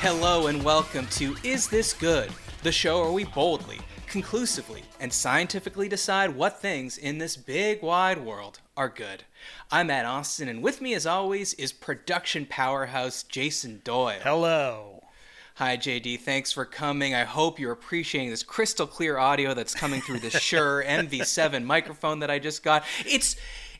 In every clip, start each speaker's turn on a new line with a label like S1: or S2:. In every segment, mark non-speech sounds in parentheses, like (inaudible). S1: Hello and welcome to Is This Good? The show where we boldly, conclusively, and scientifically decide what things in this big wide world are good. I'm Matt Austin, and with me, as always, is production powerhouse Jason Doyle.
S2: Hello.
S1: Hi, JD. Thanks for coming. I hope you're appreciating this crystal clear audio that's coming through the
S2: (laughs)
S1: Shure MV7 microphone that I just got. It's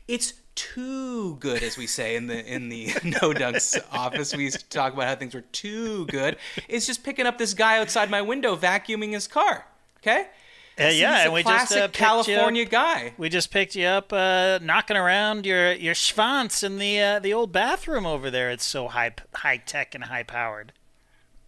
S1: it's too good, as we say in the in
S2: (laughs)
S1: the No Dunks office. We used to talk about how things were too good. It's just picking up this guy outside my window vacuuming his car. Okay.
S2: Uh,
S1: He's
S2: yeah,
S1: a
S2: and we just
S1: classic
S2: uh, picked you up-
S1: California guy.
S2: We just picked you up uh, knocking around your your schwanz in the uh, the old bathroom over there. It's so high high tech and high powered.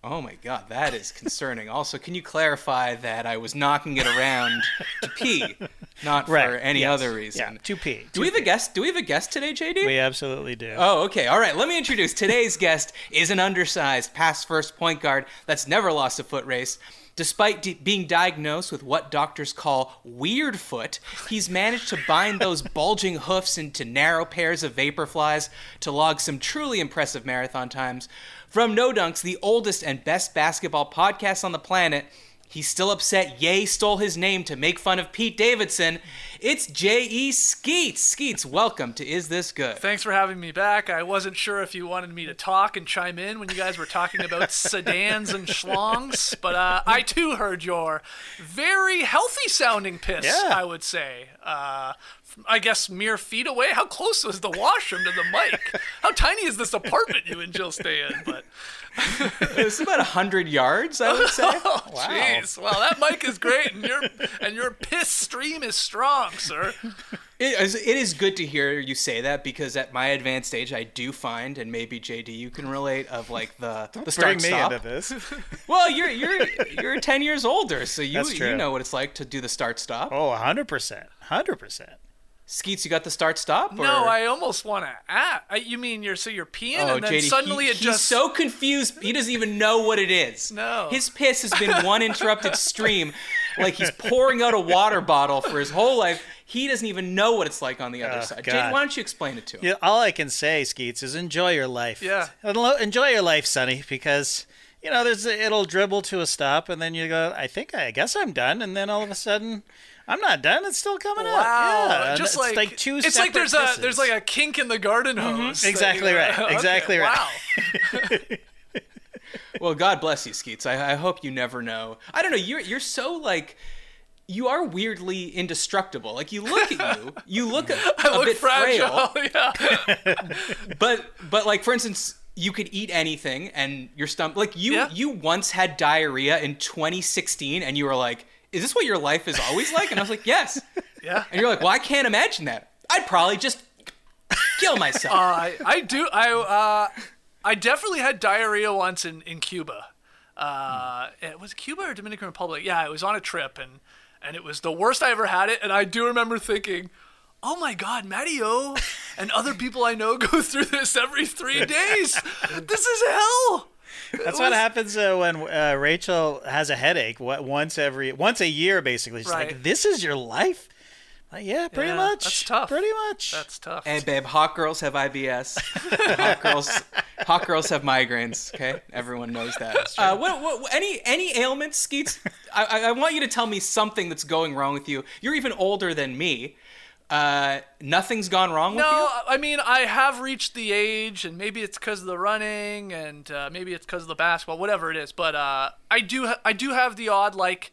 S1: Oh my god, that is concerning. also, can you clarify that I was knocking it around to pee, not for any
S2: yes.
S1: other reason?
S2: Yeah. Two P.
S1: Do we have a guest? Do we have a guest today, JD?
S2: We absolutely do.
S1: Oh, okay. All right. Let me introduce today's guest is an undersized pass first point guard that's never lost a foot race. Despite de- being diagnosed with what doctors call weird foot, he's managed to bind those bulging hoofs into narrow pairs of vapor flies to log some truly impressive marathon times. From No Dunks, the oldest and best basketball podcast on the planet, he's still upset Ye stole his name to make fun of Pete Davidson. It's J.E. Skeets. Skeets, welcome to Is This Good?
S3: Thanks for having me back. I wasn't sure if you wanted me to talk and chime in when you guys were talking
S1: (laughs)
S3: about sedans and schlongs, but uh, I too heard your very healthy sounding piss,
S2: Yeah.
S3: I would say. Uh, f- I guess mere feet away. How close was the washroom to the mic? How tiny is this apartment you and Jill stay in? But
S1: It's about hundred yards, I would say.
S3: (laughs) oh, jeez, wow, that mic is great, and your and your piss stream is strong,
S1: (laughs)
S3: sir.
S1: It is, it is good to hear you say that because at my advanced age, I do find, and maybe JD, you can relate, of like the the start
S2: Bring me
S1: stop. (laughs)
S2: into this.
S1: Well, you're you're you're ten years older, so you
S2: That's
S1: you
S2: true.
S1: know what it's like to do the start stop.
S2: Oh, hundred percent, hundred percent.
S1: Skeets, you got the start stop? Or?
S3: No, I almost want to. Ah, I- you mean you're so you're peeing,
S1: Oh,
S3: and then
S1: JD,
S3: suddenly
S1: he-
S3: it just
S1: he's so confused. He doesn't even know what it is.
S3: No.
S1: his piss has been one interrupted stream, like he's pouring out a water bottle for his whole life. He doesn't even know what it's like on the
S3: Ah,
S1: other
S2: Oh,
S1: side. JD,
S2: God.
S1: why don't you explain it to him?
S2: Yeah, all I can say, Skeets, is enjoy your life.
S3: Yeah.
S2: Enlo- enjoy your life, Sonny, because you know there's it'll dribble to a stop, and then you go, I think I guess I'm done, and then all of a sudden, I'm not done. It's still coming up.
S3: Wow!
S2: Yeah, and
S3: just
S2: it's
S3: like,
S2: like, two.
S3: It's like
S2: separate
S3: there's a there's
S2: pisses.
S3: like a kink in the garden hose. that
S2: Exactly
S3: you-
S2: right.
S3: (laughs) Okay,
S2: Exactly right. (laughs)
S3: Wow.
S1: Well, God bless you, Skeets. I, I hope you never know. I don't know. You're you're so like. You are weirdly indestructible. Like you look at you, you
S3: (laughs)
S1: look a, a
S3: Look
S1: bit
S3: fragile. (laughs)
S1: frail,
S3: yeah.
S1: but but like for instance, you could eat anything and your stomach. Like you
S3: Yeah.
S1: you once had diarrhea in 2016, and you were like, "Is this what your life is always like?" And I was like, "Yes."
S3: (laughs) Yeah.
S1: And you're like, "Well, I can't imagine that. I'd probably just kill myself."
S3: Uh, I, I do. I uh, I definitely had diarrhea once in in Cuba. Uh, it was Cuba or Dominican Republic. Yeah, it was on a trip and and it was the worst I ever had it. And I do remember thinking, oh my God, Mattio and other people I know go (laughs) through this every
S2: (laughs)
S3: three days. This is hell.
S2: That's
S3: It
S2: what
S3: was-
S2: happens uh, when uh, Rachel has a headache wa- once every once a year, basically. She's like,
S3: Right.
S2: "This is your life." Like, yeah, pretty
S3: Yeah,
S2: much.
S3: that's tough.
S2: Pretty much.
S3: That's tough.
S1: Hey, babe, hot girls have IBS. hot girls, hot girls have migraines. Okay, everyone knows that. Uh, what, what, what- any any ailments, Skeets? I, I, I want you to tell me something that's going wrong with you. You're even older than me. Uh, nothing's gone wrong with
S3: No,
S1: you.
S3: I mean I have reached the age, and maybe it's because of the running, and uh, maybe it's because of the basketball, whatever it is. But uh, I do, ha- I do have the odd like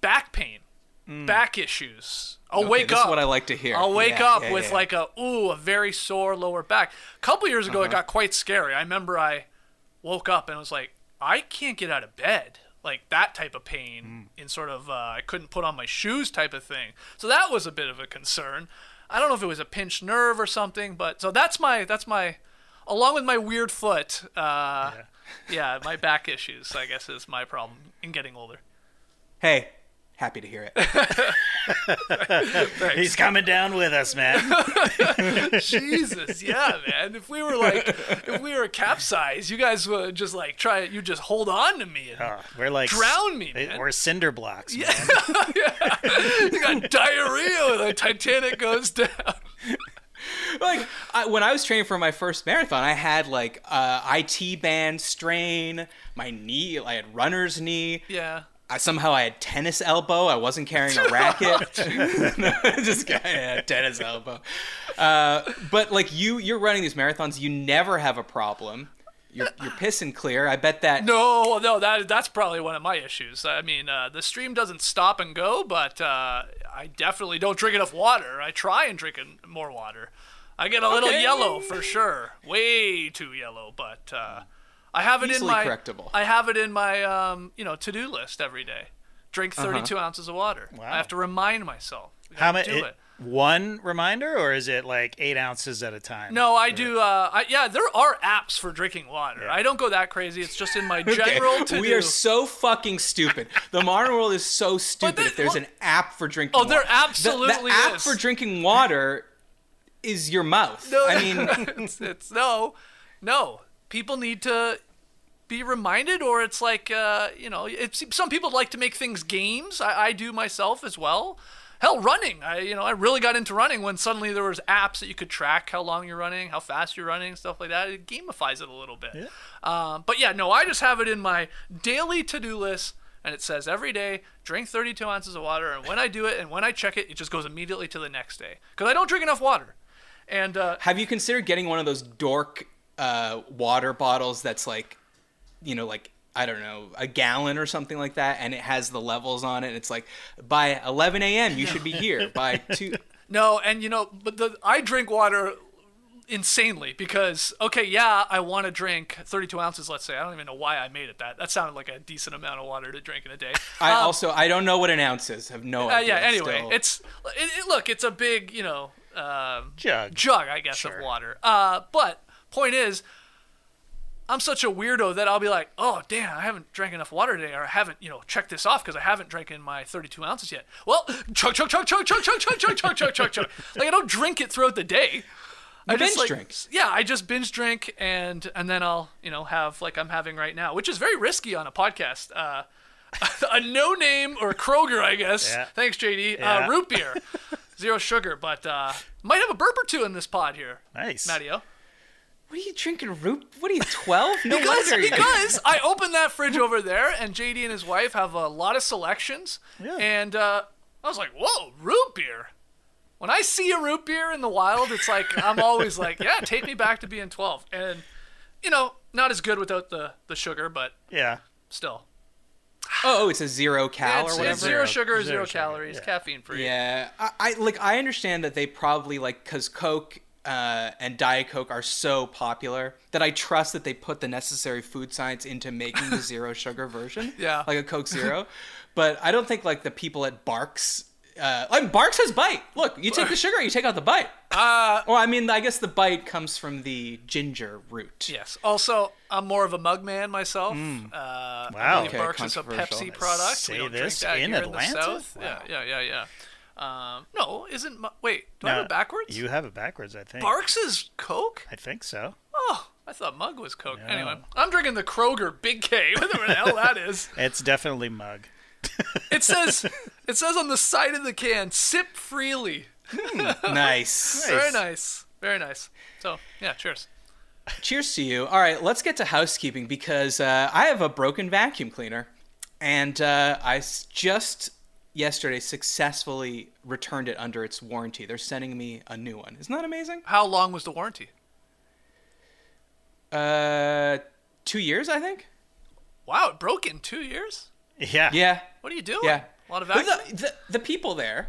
S3: back pain, back issues. I'll
S1: Mm. Okay,
S3: wake
S1: this
S3: up.
S1: is what I like to hear.
S3: I'll wake
S1: Yeah,
S3: up
S1: yeah,
S3: with
S1: yeah.
S3: like a ooh, a very sore lower back. A couple years ago,
S1: Uh-huh.
S3: it got quite scary. I remember I woke up and was like, I can't get out of bed. Like that type of pain,
S1: Hmm.
S3: in sort of uh, I couldn't put on my shoes type of thing. So that was a bit of a concern. I don't know if it was a pinched nerve or something, but so that's my that's my, along with my weird foot, uh, yeah, my back issues I guess is my problem in getting older.
S1: Hey, happy to hear it.
S2: (laughs)
S1: (laughs)
S2: He's coming down with us,
S3: (laughs)
S2: man.
S3: Jesus, yeah, man. If we were like, if we were capsized, you guys would just like try. You just hold on to me. And
S2: Uh, we're like eh,
S3: Drown me, man.
S2: We're cinder blocks. man.
S3: You got diarrhea when the Titanic goes down.
S1: like I, when I was training for my first marathon, I had like uh, IT band strain, my knee, I had runner's knee.
S3: (laughs) Yeah.
S1: I, somehow I had tennis elbow. I wasn't carrying a
S3: (laughs)
S1: racket. (laughs) Just guy had tennis elbow. Uh, but like you, you're running these marathons. You never have a problem. You're, you're pissing clear. I bet that. (laughs)
S3: No, no, that that's probably one of my issues. I mean, uh, the stream doesn't stop and go, but uh, I definitely don't drink enough water. I try and drink en- more water. I get a little
S1: Okay.
S3: yellow for sure, way too yellow. But uh, I have it
S1: Easily
S3: in my
S1: correctable.
S3: I have it in my um, you know to do list every day. Drink
S1: Uh-huh.
S3: 32 ounces of water. I have to remind myself. I
S2: How
S3: gotta
S2: much?
S3: Do it.
S2: One reminder, or is it like eight ounces at a time?
S3: No, I do. Uh, I, yeah, there are apps for drinking water. I don't go that crazy. It's just
S1: (laughs)
S3: in my general to
S1: we
S3: do.
S1: are so fucking stupid. The modern world is so stupid.
S3: the-
S1: if there's
S3: well-
S1: an app for drinking,
S3: Oh, there
S1: water. the,
S3: absolutely
S1: the app
S3: is.
S1: for drinking water is your mouth.
S3: No,
S1: I mean,
S3: it's, (laughs) it's no, no. People need to be reminded, or it's like uh, you know, it's some people like to make things games. I, I do myself as well. Hell, running. I you know, I really got into running when suddenly there was apps that you could track how long you're running, how fast you're running, stuff like that. It gamifies it a little bit. Um, but yeah, no, I just have it in my daily to-do list. And it says every day, drink 32 ounces of water. And when I do it and when I check it, it just goes immediately to the next day. Because I don't drink enough water. And uh,
S1: Have you considered getting one of those dork uh, water bottles that's like, you know, like I don't know, a gallon or something like that, and it has the levels on it, and it's like by 11 a.m.
S3: (laughs)
S1: you should be here by two.
S3: No, and you know, but the I drink water insanely because okay, yeah, I want to drink 32 ounces. Let's say I don't even know why I made it that. That sounded like a decent amount of water to drink in a day.
S1: I also I don't know what an ounce is. Have no
S3: Um, Uh,
S1: idea.
S3: yeah. Anyway,
S1: still.
S3: it's it, it, look, it's a big you know um,
S2: Jug.
S3: jug, I guess, of water. Uh, but point is, I'm such a weirdo that I'll be like, oh damn, I haven't drank enough water today, or I haven't you know checked this off because I haven't drank in my 32 ounces yet. Well, chug chug chug chug chug chug chug chug chug chug chug chug. Like I don't drink it throughout the day. I just,
S1: binge
S3: like,
S1: drink.
S3: Yeah, I just binge drink and and then I'll you know have like I'm having right now, which is very risky on a podcast. Uh, (laughs) a no name or Kroger, I guess.
S2: Yeah.
S3: Thanks, JD. Uh,
S2: Yeah.
S3: root beer, zero sugar, but uh, might have a burp or two in this pod here,
S2: Nice.
S3: Matteo.
S1: what are you drinking? Root? What are you 12? No
S3: (laughs) Because,
S1: wonder. you-
S3: because I opened that fridge over there, and JD and his wife have a lot of selections.
S2: Yeah.
S3: And uh, I was like, whoa, root beer. When I see a root beer in the wild, it's like, I'm always like, yeah, take me back to being 12. And, you know, not as good without the, the sugar, but
S2: Yeah.
S3: still.
S1: Oh, oh, it's a zero cal
S3: It's,
S1: or
S3: it's
S1: whatever.
S3: zero sugar, zero,
S2: Zero sugar,
S3: calories,
S2: yeah.
S3: caffeine free.
S1: Yeah, I, I like. I understand that they probably like because Coke uh, and Diet Coke are so popular that I trust that they put the necessary food science into making the zero sugar version.
S3: Yeah.
S1: like a Coke Zero. but I don't think like the people at Barks. Uh, I mean, Barks has bite. Look, you take the sugar, you take out the bite. Uh, well, I mean, I guess the bite comes from the ginger root.
S3: Yes. Also, I'm more of a mug man myself. Uh, I
S2: Wow.
S3: believe
S1: Okay,
S3: Barks is a
S1: controversial.
S3: Pepsi product.
S2: Hmm. Say
S3: we don't
S2: this
S3: drink that
S2: in
S3: here in the
S2: Atlanta?
S3: South.
S2: Wow.
S3: Yeah, yeah, yeah, yeah. Um, no, isn't mu- wait? Do I have
S2: Uh,
S3: it backwards?
S2: You have it backwards, I think.
S3: Barks is Coke.
S2: I think so.
S3: Oh, I thought Mug was Coke. Anyway, I'm drinking the Kroger Big K, (laughs) whatever the hell that is.
S2: It's definitely mug.
S3: It says, it says on the side of the can, "Sip freely."
S1: Nice.
S3: Very nice, very nice. So yeah, cheers.
S1: Cheers to you. All right, let's get to housekeeping because uh, I have a broken vacuum cleaner, and uh, I s- just yesterday successfully returned it under its warranty. They're sending me a new one. Isn't that amazing?
S3: How long was the warranty?
S1: Uh, two years, I think.
S3: Wow, it broke in two years.
S2: Yeah.
S1: Yeah,
S3: What are you doing?
S1: yeah.
S3: A lot of
S1: But
S3: vacuum.
S1: the, the the people there.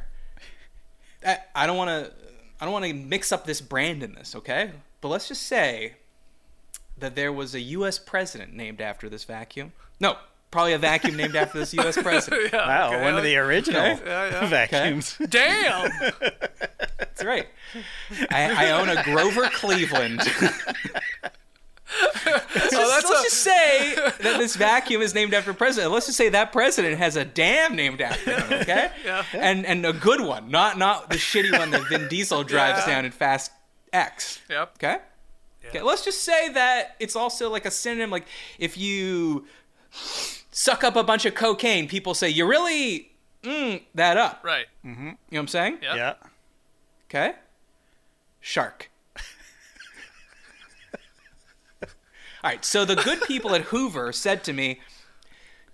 S1: I, I don't want to. I don't want to mix up this brand in this, okay? But let's just say that there was a U.S. president named after this vacuum. No, probably a vacuum named after this
S3: (laughs)
S1: U.S. president.
S3: Yeah,
S2: Wow,
S3: okay,
S2: one of
S3: okay.
S2: the original
S3: yeah, yeah.
S2: (laughs) vacuums. (laughs)
S3: Damn!
S1: That's right. I, I own a Grover Cleveland.
S3: (laughs) Oh,
S1: let's,
S3: that's
S1: let's
S3: a-
S1: just say that this vacuum is named after a president. Let's just say that president has a dam named after
S3: (laughs)
S1: him, okay?
S3: Yeah.
S1: And and a good one, not not the shitty one that Vin Diesel drives
S3: (laughs) Yeah.
S1: down in Fast X.
S3: Yep.
S1: Okay? Okay, let's just say that it's also like a synonym like if you suck up a bunch of cocaine, people say you really mm, that up.
S2: Mm.
S3: Right.
S1: You know what I'm saying?
S3: Yeah.
S2: Yeah.
S1: Okay? Shark. (laughs) All right. So the good people at Hoover said to me,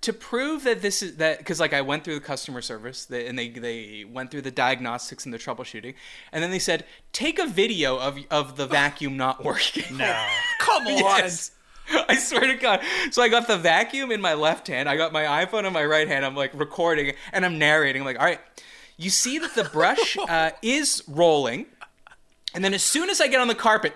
S1: to prove that this is that because like I went through the customer service they, and they they went through the diagnostics and the troubleshooting, and then they said take a video of of the vacuum not working.
S2: No.
S1: (laughs)
S3: (laughs) Come on.
S1: Yes. I swear to God. So I got the vacuum in my left hand. I got my iPhone in my right hand. I'm like recording and I'm narrating. I'm like, all right, you see that the brush uh, is rolling. And then as soon as I get on the carpet,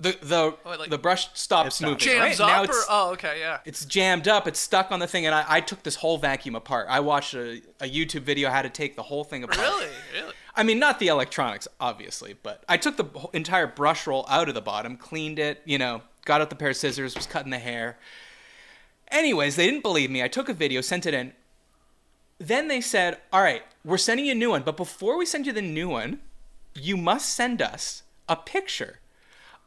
S1: the, the,
S3: Oh, like-
S1: the brush stops
S2: stops.
S1: moving.
S3: Jams
S1: right? Now
S3: up or
S1: it's-
S3: oh okay
S2: (laughs)
S3: yeah.
S1: it's jammed up it's stuck on the thing and i, I took this whole vacuum apart i watched a, a youtube video how to take the whole thing apart
S3: Really, really.
S1: i mean not the electronics obviously but i took the whole- entire brush roll out of the bottom cleaned it you know got out the pair of scissors was cutting the hair anyways they didn't believe me i took a video sent it in then they said all right we're sending you a new one but before we send you the new one you must send us a picture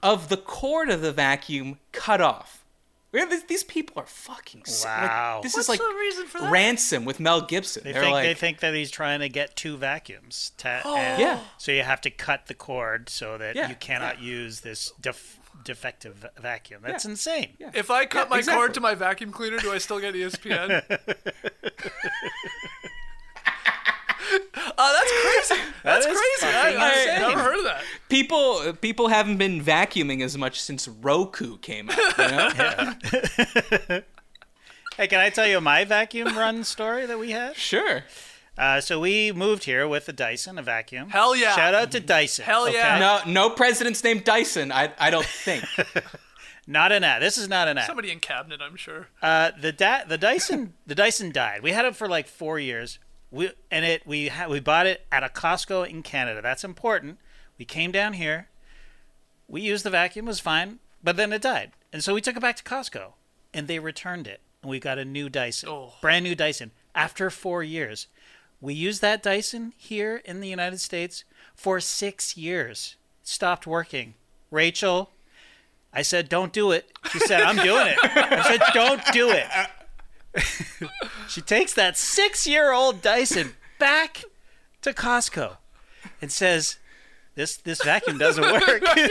S1: of the cord of the vacuum cut off. We have this- these people are fucking sick. Like,
S2: Wow.
S1: this
S3: What's
S1: is like
S3: the reason for that?
S1: ransom with Mel Gibson.
S2: They
S1: They're
S2: think
S1: like,
S2: they think that he's trying to get two vacuums.
S3: (gasps)
S2: To,
S3: Oh.
S2: and
S1: Yeah.
S2: So you have to cut the cord so that
S1: Yeah,
S2: you cannot use this def- defective va- vacuum. That's
S1: Yeah.
S2: insane.
S1: Yeah.
S3: If I cut
S1: Yeah,
S3: my
S1: exactly.
S3: cord to my vacuum cleaner, do I still
S2: (laughs)
S3: get ESPN? uh, that's crazy.
S2: is
S3: That's crazy. I,
S2: fucking
S3: I
S1: insane.
S3: never heard of that.
S1: people people haven't been vacuuming as much since Roku came out. You
S2: (laughs)
S1: know?
S2: Hey, can I tell you my vacuum run story that we had?
S1: Sure.
S2: Uh, so we moved here with a Dyson, a vacuum.
S3: Hell yeah.
S2: Shout out to Dyson.
S3: Hell yeah.
S2: okay?
S1: No, no president's named Dyson. I I don't think.
S2: Not an ad. This is not an ad.
S3: Somebody in cabinet, I'm sure.
S2: (laughs) Uh, the da- the Dyson the Dyson died. We had it for like four years. We and it we ha- we bought it at a Costco in Canada. That's important. We came down here. We used the vacuum it was fine, but then it died, and so we took it back to Costco, and they returned it, and we got a new Dyson,
S3: Oh.
S2: brand new Dyson. After four years, we used that Dyson here in the United States for six years. Stopped working. Rachel, I said, "Don't do it." She said, "I'm doing it." I said, "Don't do it." (laughs) she takes that six-year-old Dyson back to Costco and says, "This this vacuum doesn't work." (laughs)
S3: (laughs) yeah,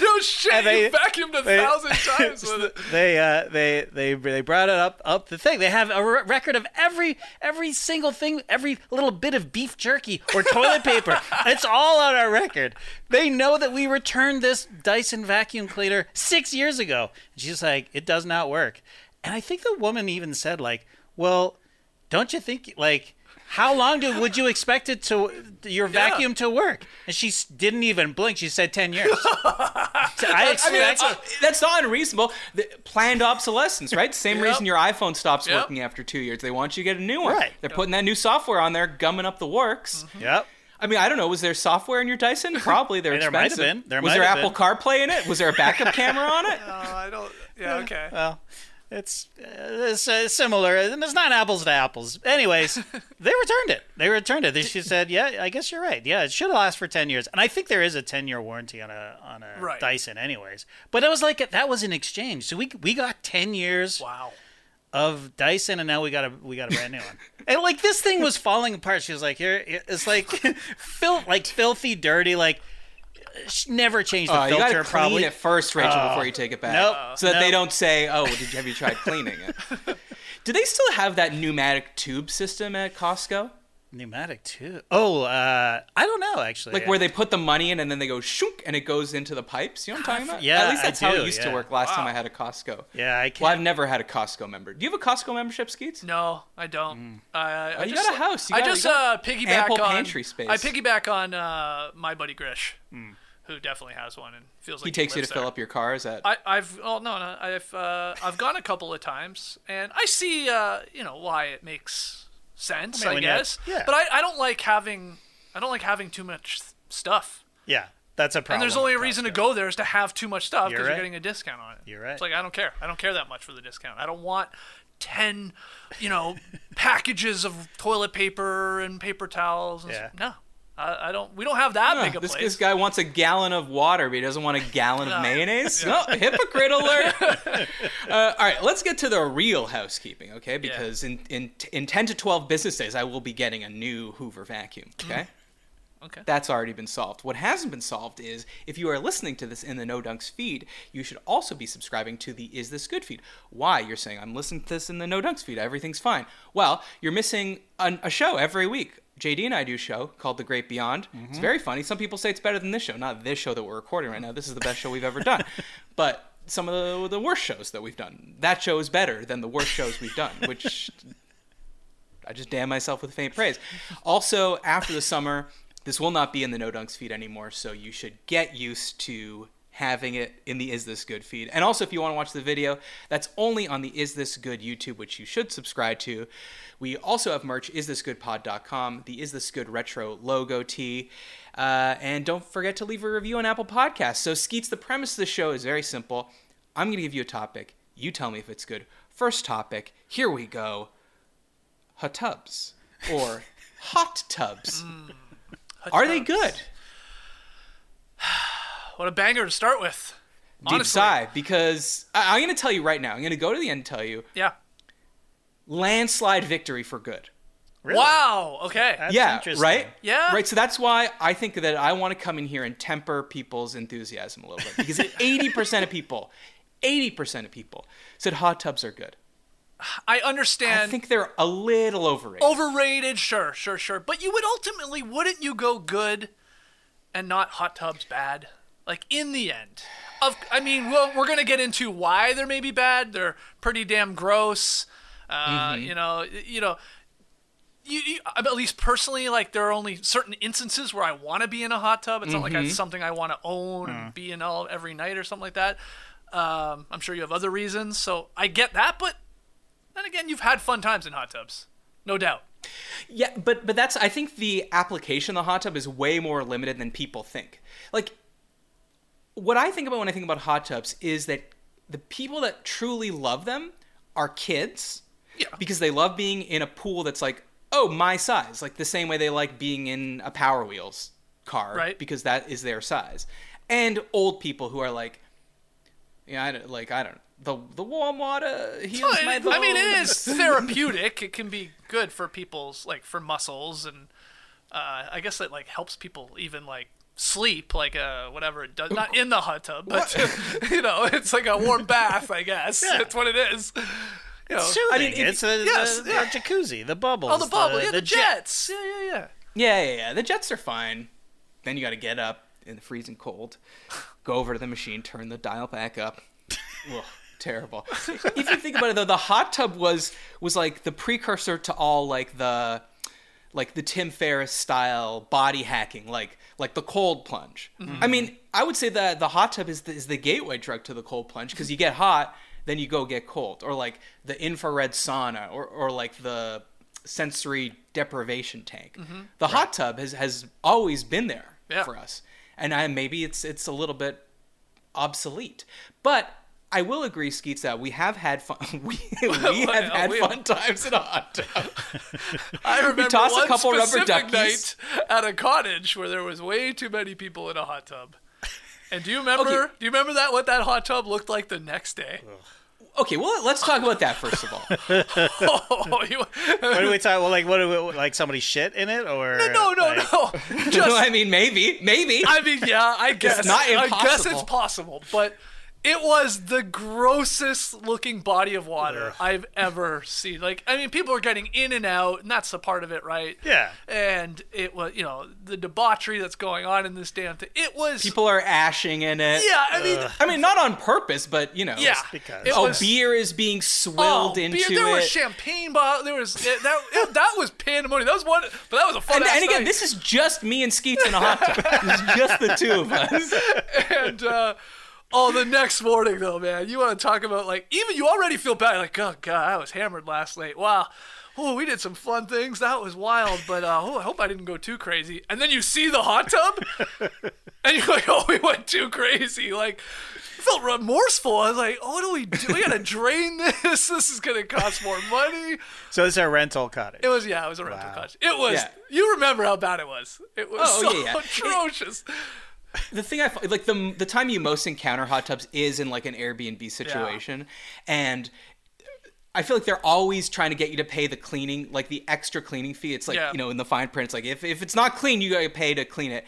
S3: no shit.
S2: they-
S3: you vacuumed a
S2: they- (laughs)
S3: thousand times with it.
S2: they uh, they they they brought it up up the thing. They have a r- record of every every single thing, every little bit of beef jerky or
S1: (laughs)
S2: toilet paper. It's all on our record. They know that we returned this Dyson vacuum cleaner six years ago. And she's like, it does not work. And I think the woman even said like, well, don't you think like. How long do, would you expect it to your vacuum to work? And she s- didn't even blink. She said ten
S1: (laughs)
S2: years. (laughs) I expect
S1: I mean, that's, that's not unreasonable. The, planned obsolescence, right? Same
S3: Yep.
S1: reason your iPhone stops
S3: Yep.
S1: working after two years. They want you to get a new one.
S2: Right. Mm-hmm.
S1: They're putting that new software on there, gumming up the works.
S2: Yep.
S1: I mean, I don't know. Was there software in your Dyson? Probably.
S2: (laughs)
S1: They're
S2: Hey, there might have
S1: expensive.
S2: been. There
S1: was
S2: might
S1: there
S2: have
S1: Apple
S2: been.
S1: CarPlay in it? Was there a
S2: (laughs)
S1: backup camera on it?
S3: Oh, I don't. Yeah, okay.
S2: Well, it's, uh, it's uh, similar. and It's not apples to apples.
S3: (laughs)
S2: Anyways, they returned it. They returned it. They, she said, "Yeah, I guess you're right. Yeah, it should last for ten years." And I think there is a ten year warranty on a on a
S3: Right.
S2: Dyson, anyways. But it was like that was an exchange. So we we got ten years
S3: Wow.
S2: of Dyson, and now we got a we got a brand new one. And like this thing was falling apart. She was like, "Here, it's like (laughs) filth, like filthy, dirty, like." She never changed the
S1: Uh, you
S2: filter.
S1: gotta clean
S2: probably Oh.
S1: it first, Rachel, before you take it back.
S2: nope,
S1: so that they
S2: nope.
S1: don't say, "Oh, well, did you, have you tried cleaning it?"
S2: (laughs)
S1: Do they still have that pneumatic tube system at Costco?
S2: pneumatic too. Oh, uh, I don't know actually.
S1: Like where they put the money in and then they go shunk and it goes into the pipes. You know what
S2: (sighs)
S1: I'm talking about?
S2: yeah,
S1: At least
S2: I
S1: that's how
S2: do,
S1: it used to
S2: yeah.
S1: work last time I had a Costco.
S2: Yeah, I can't.
S1: Well, I've never had a Costco member. Do you have a Costco membership, Skeets?
S3: No, I don't. I I, I
S1: Mm. you
S3: just,
S1: got a house. You
S3: I
S1: got- you
S3: just
S1: got
S3: uh, piggyback
S1: ample
S3: on
S1: pantry space. Mm.
S3: I piggyback on uh, my buddy Grish, who definitely has one and feels like
S1: He takes you to
S3: lives
S1: fill
S3: there.
S1: up your car. Is that?
S3: I, I've oh no no I've uh, I've gone a couple of times and I see uh, you know why it makes sense
S2: I
S3: I,
S2: mean, when you're-
S3: guess
S2: yeah.
S3: but I, I don't like having I don't like having too much s- stuff
S2: Yeah, that's a problem.
S3: and there's only a reason to go there is to have too much stuff
S2: You're
S3: because
S2: right.
S3: you're getting a discount on it
S2: You're right.
S3: it's like I don't care I don't care that much for the discount I don't want ten
S2: (laughs)
S3: you know packages of toilet paper and paper towels and
S2: Yeah.
S3: s- no I, I don't we don't have that
S1: Huh,
S3: big a
S1: this,
S3: place
S1: this guy wants a gallon of water, but he doesn't want a gallon
S3: (laughs)
S1: of mayonnaise. No, hypocrite alert! uh, all right, let's get to the real housekeeping, okay?
S3: Mm-hmm.
S1: Because in, in in ten to twelve business days, I will be getting a new Hoover vacuum. Okay,
S2: Okay.
S1: That's already been solved. What hasn't been solved is if you are listening to this in the No Dunks feed, you should also be subscribing to the Is This Good feed. Why? You're saying, I'm listening to this in the No Dunks feed. Everything's fine. Well, you're missing an, a show every week. JD and I do a show called The Great Beyond. It's very funny. Some people say it's better than this show. Not this show that we're recording right now. This is the best show we've ever done. But some of the, the worst shows that we've done. That show is better than the worst shows we've done, which I just damn myself with faint praise. Also, after the summer, this will not be in the No Dunks feed anymore, so you should get used to having it in the Is This Good feed. And also, if you want to watch the video, that's only on the Is This Good YouTube, which you should subscribe to. We also have merch, isthisgoodpod.com, the Is This Good Retro logo tee. Uh, and don't forget to leave a review on Apple Podcasts. So, Skeets, the premise of the show is very simple. I'm going to give you a topic. You tell me if it's good. First topic, here we go hot tubs or hot
S2: (laughs)
S1: tubs. Are they good?
S3: uh, What a banger to start with.
S1: Deep
S3: Honestly.
S1: sigh, because I- I'm going to tell you right now. I'm going to go to the end and tell you
S3: Yeah.
S1: landslide victory for good.
S2: Really?
S3: Wow. Okay.
S2: That's
S1: yeah,
S2: interesting.
S1: right?
S3: Yeah.
S1: Right, so that's why I think that I want to come in here and temper people's enthusiasm a little bit because 80% of people, 80% of people said hot tubs are good.
S3: I
S1: I
S3: understand.
S1: think they're a little overrated.
S3: Overrated. Sure. Sure. Sure. But you would ultimately, wouldn't you go good, and not hot tubs bad? Like in the end, of I mean, well, we're gonna get into why they're maybe bad. They're pretty damn gross. Uh, You know. You know. You, you, at least personally, like there are only certain instances where I want to be in a hot tub. It's not like it's something I want to own and be in all every night or something like that. Um, I'm sure you have other reasons, so I get that. But then again, you've had fun times in hot tubs, no doubt.
S1: Yeah, but but that's I think the application of the hot tub is way more limited than people think. Like what I think about when I think about hot tubs is that the people that truly love them are kids.
S3: Yeah.
S1: Because they love being in a pool that's like, oh, my size. Like the same way they like being in a Power Wheels car.
S3: Right.
S1: Because that is their size. And old people who are like, yeah, I don't, like I don't the the warm water heals my bones. (laughs)
S3: I mean, it is therapeutic. it can be good for people's like for muscles, and uh, I guess it like helps people even like sleep, like uh, whatever it does. Not in the hot tub, but (laughs) you know, it's like a warm bath. I guess that's what it is. You know,
S2: Soothing.
S1: I mean, if-
S2: it's the, the-
S3: yes,
S2: the,
S3: yeah.
S2: jacuzzi, the bubbles.
S3: oh, the bubble, yeah, the,
S2: jet.
S3: jets. Yeah,
S1: (laughs)
S3: yeah, yeah.
S1: Yeah, yeah, yeah. The Jets are fine. Then you got to get up in the freezing cold, go over to the machine, turn the dial back up. Ugh, terrible. if you think about it, though, the hot tub was was like the precursor to all like the like the Tim Ferriss style body hacking, like like the cold plunge. I mean, I would say that the hot tub is the, is the gateway drug to the cold plunge because you get hot, then you go get cold, or like the infrared sauna, or or like the sensory deprivation tank. The hot tub has has always been there
S3: Yeah.
S1: for us, and I maybe it's it's a little bit obsolete, but. I will agree, Skeets, that we have had fun. (laughs) We, we have had
S3: we-
S1: fun times in a hot tub.
S3: I remember
S1: toss a
S3: one
S1: couple rubber
S3: specific
S1: duckies.
S3: night at a cottage where there was way too many people in a hot tub. And do you remember?
S1: Okay. Oh.
S3: Do you remember that what that hot tub looked like the next day?
S1: (laughs) Okay, well, let's talk about that first (laughs) of all.
S3: (laughs) Oh, you,
S2: What
S3: (laughs)
S2: do we talk? Well, like what? Do we, like somebody shit in it, or
S3: no, no,
S2: like-
S3: no.
S1: (laughs) No,
S3: Just,
S1: I mean, maybe, maybe.
S3: I mean, yeah, I guess
S1: not
S3: I guess it's
S1: impossible.
S3: possible, but it was the grossest looking body of water I've ever seen. Like, I mean, people are getting in and out, and that's the part of it, right?
S2: Yeah.
S3: And it was, you know, the debauchery that's going on in this damn thing. It
S1: (laughs)
S3: was.
S1: People are ashing in it.
S3: yeah, I mean,
S1: I mean, not on purpose, but you know.
S3: yeah.
S2: because-
S3: it
S1: Oh,
S3: was-
S1: beer is being
S3: Oh,
S1: swilled
S3: beer-
S1: into
S3: there
S1: it.
S3: was champagne bottles. There was it, that. It, that was pandemonium. That was one. But that was a fun.
S1: and,
S3: ass
S1: and again,
S3: night.
S1: this is just me and Skeets in a hot tub. (laughs) It's just the two of us.
S3: and uh, oh, the next morning though, man, you want to talk about like even you already feel bad, like oh god, I was hammered last night. Wow, oh we did some fun things. That was wild, but uh, oh, I hope I didn't go too crazy. And then you see the hot (laughs) tub, and you're like, oh, we went too crazy. Like I felt remorseful. I was like, oh, what do we do? We gotta drain (laughs) this. This is gonna cost more money.
S2: So it's a rental cottage.
S3: It was yeah, it was a rental
S2: Wow.
S3: cottage. It was.
S1: Yeah.
S3: You remember how bad it was? It was
S1: Oh,
S3: so
S1: yeah, yeah. It-
S3: (laughs) atrocious.
S1: the thing I fi- like the the time you most encounter hot tubs is in like an Airbnb situation, and I feel like they're always trying to get you to pay the cleaning, like the extra cleaning fee. It's like
S3: Yeah.
S1: you know in the fine print, it's like if, if it's not clean, you gotta pay to clean it,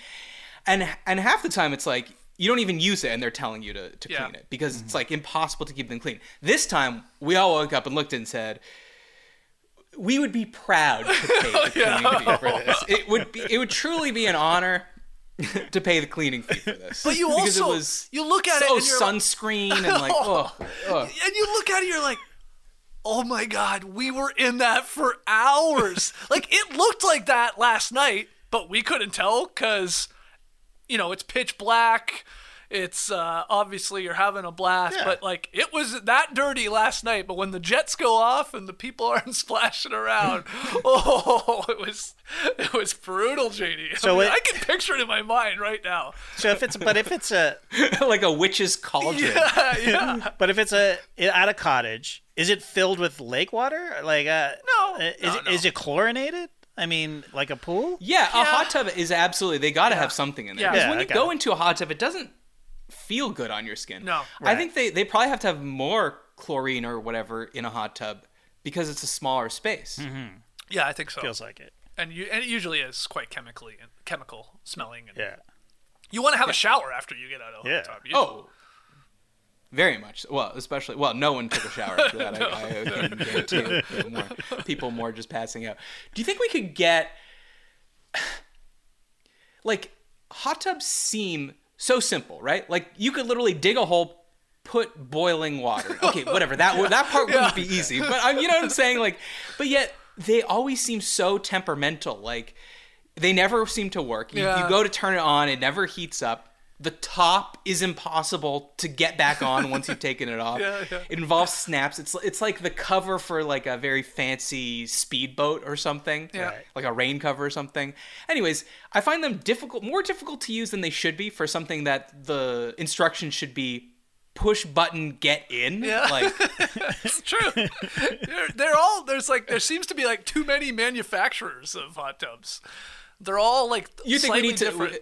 S1: and and half the time it's like you don't even use it, and they're telling you to, to
S3: Yeah.
S1: clean it because it's like impossible to keep them clean. This time we all woke up and looked and said. We would be proud
S3: (laughs)
S1: to pay the cleaning fee for this. It would be, it would truly be an honor to pay the cleaning fee for this.
S3: But you
S1: Because it
S3: also
S1: was
S3: you look at
S1: so
S3: it and you're like,
S1: sunscreen and
S3: (laughs)
S1: like oh, oh.
S3: and you look at it you're like oh my god we were in that for hours like it looked like that last night but we couldn't tell because you know it's pitch black it's uh, obviously you're having a blast but like it was that dirty last night but when the jets go off and the people aren't (laughs)
S2: (laughs)
S3: splashing around oh it was it was brutal jd so
S2: So
S3: I, mean,
S2: it-
S3: I can picture it in my mind right now
S2: So if it's but if it's
S3: (laughs)
S2: a
S1: (laughs) like a witch's cauldron.
S3: yeah
S2: but if it's a at a cottage, is it filled with lake water? Like uh,
S3: No.
S2: is,
S3: No, no.
S2: is it chlorinated? I mean, like a pool?
S1: (laughs) Yeah, a
S3: Yeah.
S1: hot tub is absolutely they got to have something in there.
S3: Yeah.
S1: Because
S2: Yeah,
S1: when you
S2: okay.
S1: go into a hot tub, it doesn't feel good on your skin.
S3: No.
S1: I think they they probably have to have more chlorine or whatever in a hot tub because it's a smaller space.
S3: Hmm. yeah i think so
S2: Feels like it.
S3: and you and it usually is quite chemically chemical smelling and
S2: Yeah.
S3: you want to have a shower after you get out of the
S2: Yeah.
S3: hot tub (laughs) You-
S1: Oh. Very much. so. Well, especially well, no one took a shower after that. I, I can guarantee it. There were more people more just passing out. Do you think we could get (sighs) like hot tubs seem so simple, right? Like you could literally dig a hole, put boiling water. Okay, whatever. That that part wouldn't be easy, but um, you know what I'm saying? Like, but yet they always seem so temperamental. Like they never seem to work. You,
S3: Yeah.
S1: you go to turn it on, it never heats up. The top is impossible to get back
S3: (laughs)
S1: on once you've taken it off.
S3: Yeah, yeah.
S1: It involves snaps. It's it's like the cover for like a very fancy speedboat or something.
S3: Yeah. Right.
S1: Like a rain cover or something. Anyways, I find them difficult more difficult to use than they should be for something that the instructions should be push button get in.
S3: Yeah.
S1: Like
S3: it's true.
S2: (laughs)
S3: they're, they're all there's like there seems to be like too many manufacturers of hot tubs. They're all like
S1: you think we
S3: slightly
S1: need to
S3: different.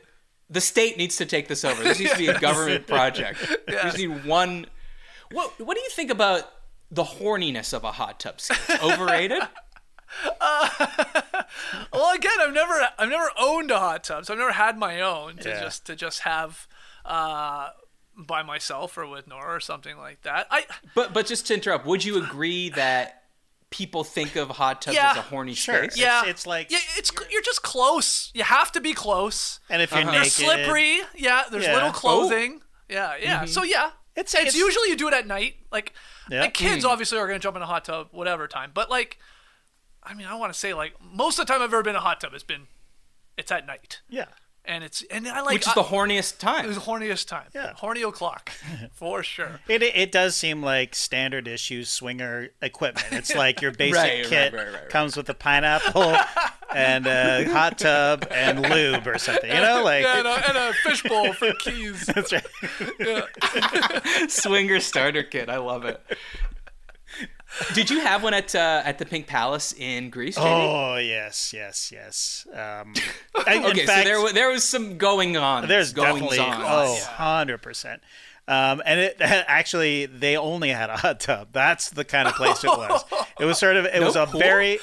S1: the state needs to take this over this needs to
S3: (laughs)
S1: be a government project we just need one what what do you think about the horniness of a hot tub skate? overrated
S3: (laughs) well, again, I've never I've never owned a hot tub, so I've never had my own to
S2: Yeah.
S3: just to just have uh, by myself or with Nora or something like that. I
S1: but but just to interrupt would you agree that people think of hot tubs
S3: Yeah,
S1: as a horny
S2: sure.
S1: space
S3: yeah,
S2: it's like-
S3: yeah, it's you're, just close. You have to be close.
S2: And if you're
S3: They're
S2: naked,
S3: slippery. Yeah, there's
S2: Yeah.
S3: little
S2: Oh.
S3: clothing. Yeah, yeah. So yeah,
S2: It's-
S3: it's, it's
S2: it's-
S3: usually you do it at night. Like
S2: Yeah. Mm.
S3: the kids obviously are gonna jump in a hot tub whatever time, but like, I mean, I want to say like most of the time I've ever been in a hot tub, it's been it's at night,
S2: Yeah.
S3: and it's and I like
S1: which is
S3: I-
S1: the horniest (laughs)
S3: it
S1: time
S3: was the horniest time.
S2: Yeah.
S3: horny o'clock
S2: (laughs)
S3: for sure.
S2: It, it it does seem like standard issue swinger equipment.
S1: (laughs)
S2: It's like your basic
S1: Right, right,
S2: kit
S1: right, right, right.
S2: comes with a pineapple and a hot tub and lube or something. You know,
S1: (laughs)
S2: like
S3: Yeah, and a, and a fishbowl for keys.
S2: (laughs) that's right.
S1: swinger starter kit i love it did you have one at uh, at the pink palace in greece Jamie?
S2: Oh yes, yes, yes.
S1: (laughs)
S2: Um, I- in
S1: okay so
S2: fact-
S1: there, wa- there was some going on
S2: (laughs) There's
S1: goings
S2: definitely
S1: on
S2: oh, 100%. Um, and it (laughs) actually they only had a hot tub. That's the kind of
S1: (laughs)
S2: place it was. It was sort of it was a
S1: pool?
S2: very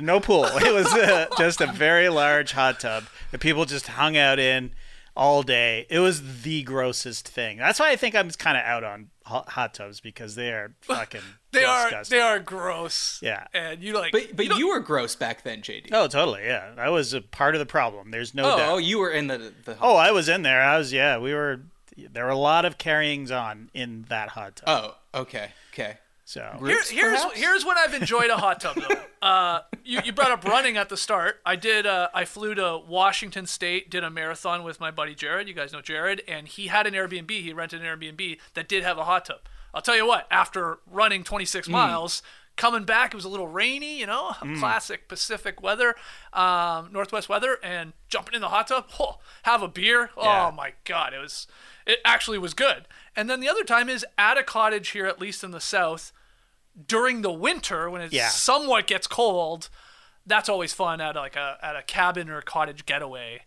S2: no pool. (laughs) It was uh just a very large hot tub that people just hung out in all day. It was the grossest thing. That's why I think I'm kind of out on hot, hot tubs because they
S1: (laughs)
S2: are fucking
S3: They
S2: (laughs)
S3: are
S2: disgusting.
S3: they are gross.
S2: Yeah.
S3: and you like
S1: But but you, were gross back then, JD.
S2: Oh, totally. Yeah. I was a part of the problem. There's no
S1: oh,
S2: doubt.
S1: oh, you were in the the.
S2: Oh, I was in there. I was yeah. We were there were a lot of carryings on in that hot tub.
S1: Oh, okay, okay.
S2: so
S1: Here-
S3: Here- here's
S1: perhaps?
S3: here's when I've enjoyed a hot tub though. uh, you you brought up running at the start. I did. Uh, I flew to Washington State, did a marathon with my buddy Jared. You guys know Jared, and he had an Airbnb. He rented an Airbnb that did have a hot tub. I'll tell you what. After running 26 miles, coming back, it was a little rainy. You know, (laughs) classic Pacific weather, um, Northwest weather, and jumping in the hot tub. Oh, have a beer. Oh
S2: Yeah.
S3: my god, it was. It actually was good. And then the other time is at a cottage here, at least in the south during the winter when it
S2: Yeah.
S3: somewhat gets cold, that's always fun at like a at a cabin or cottage getaway.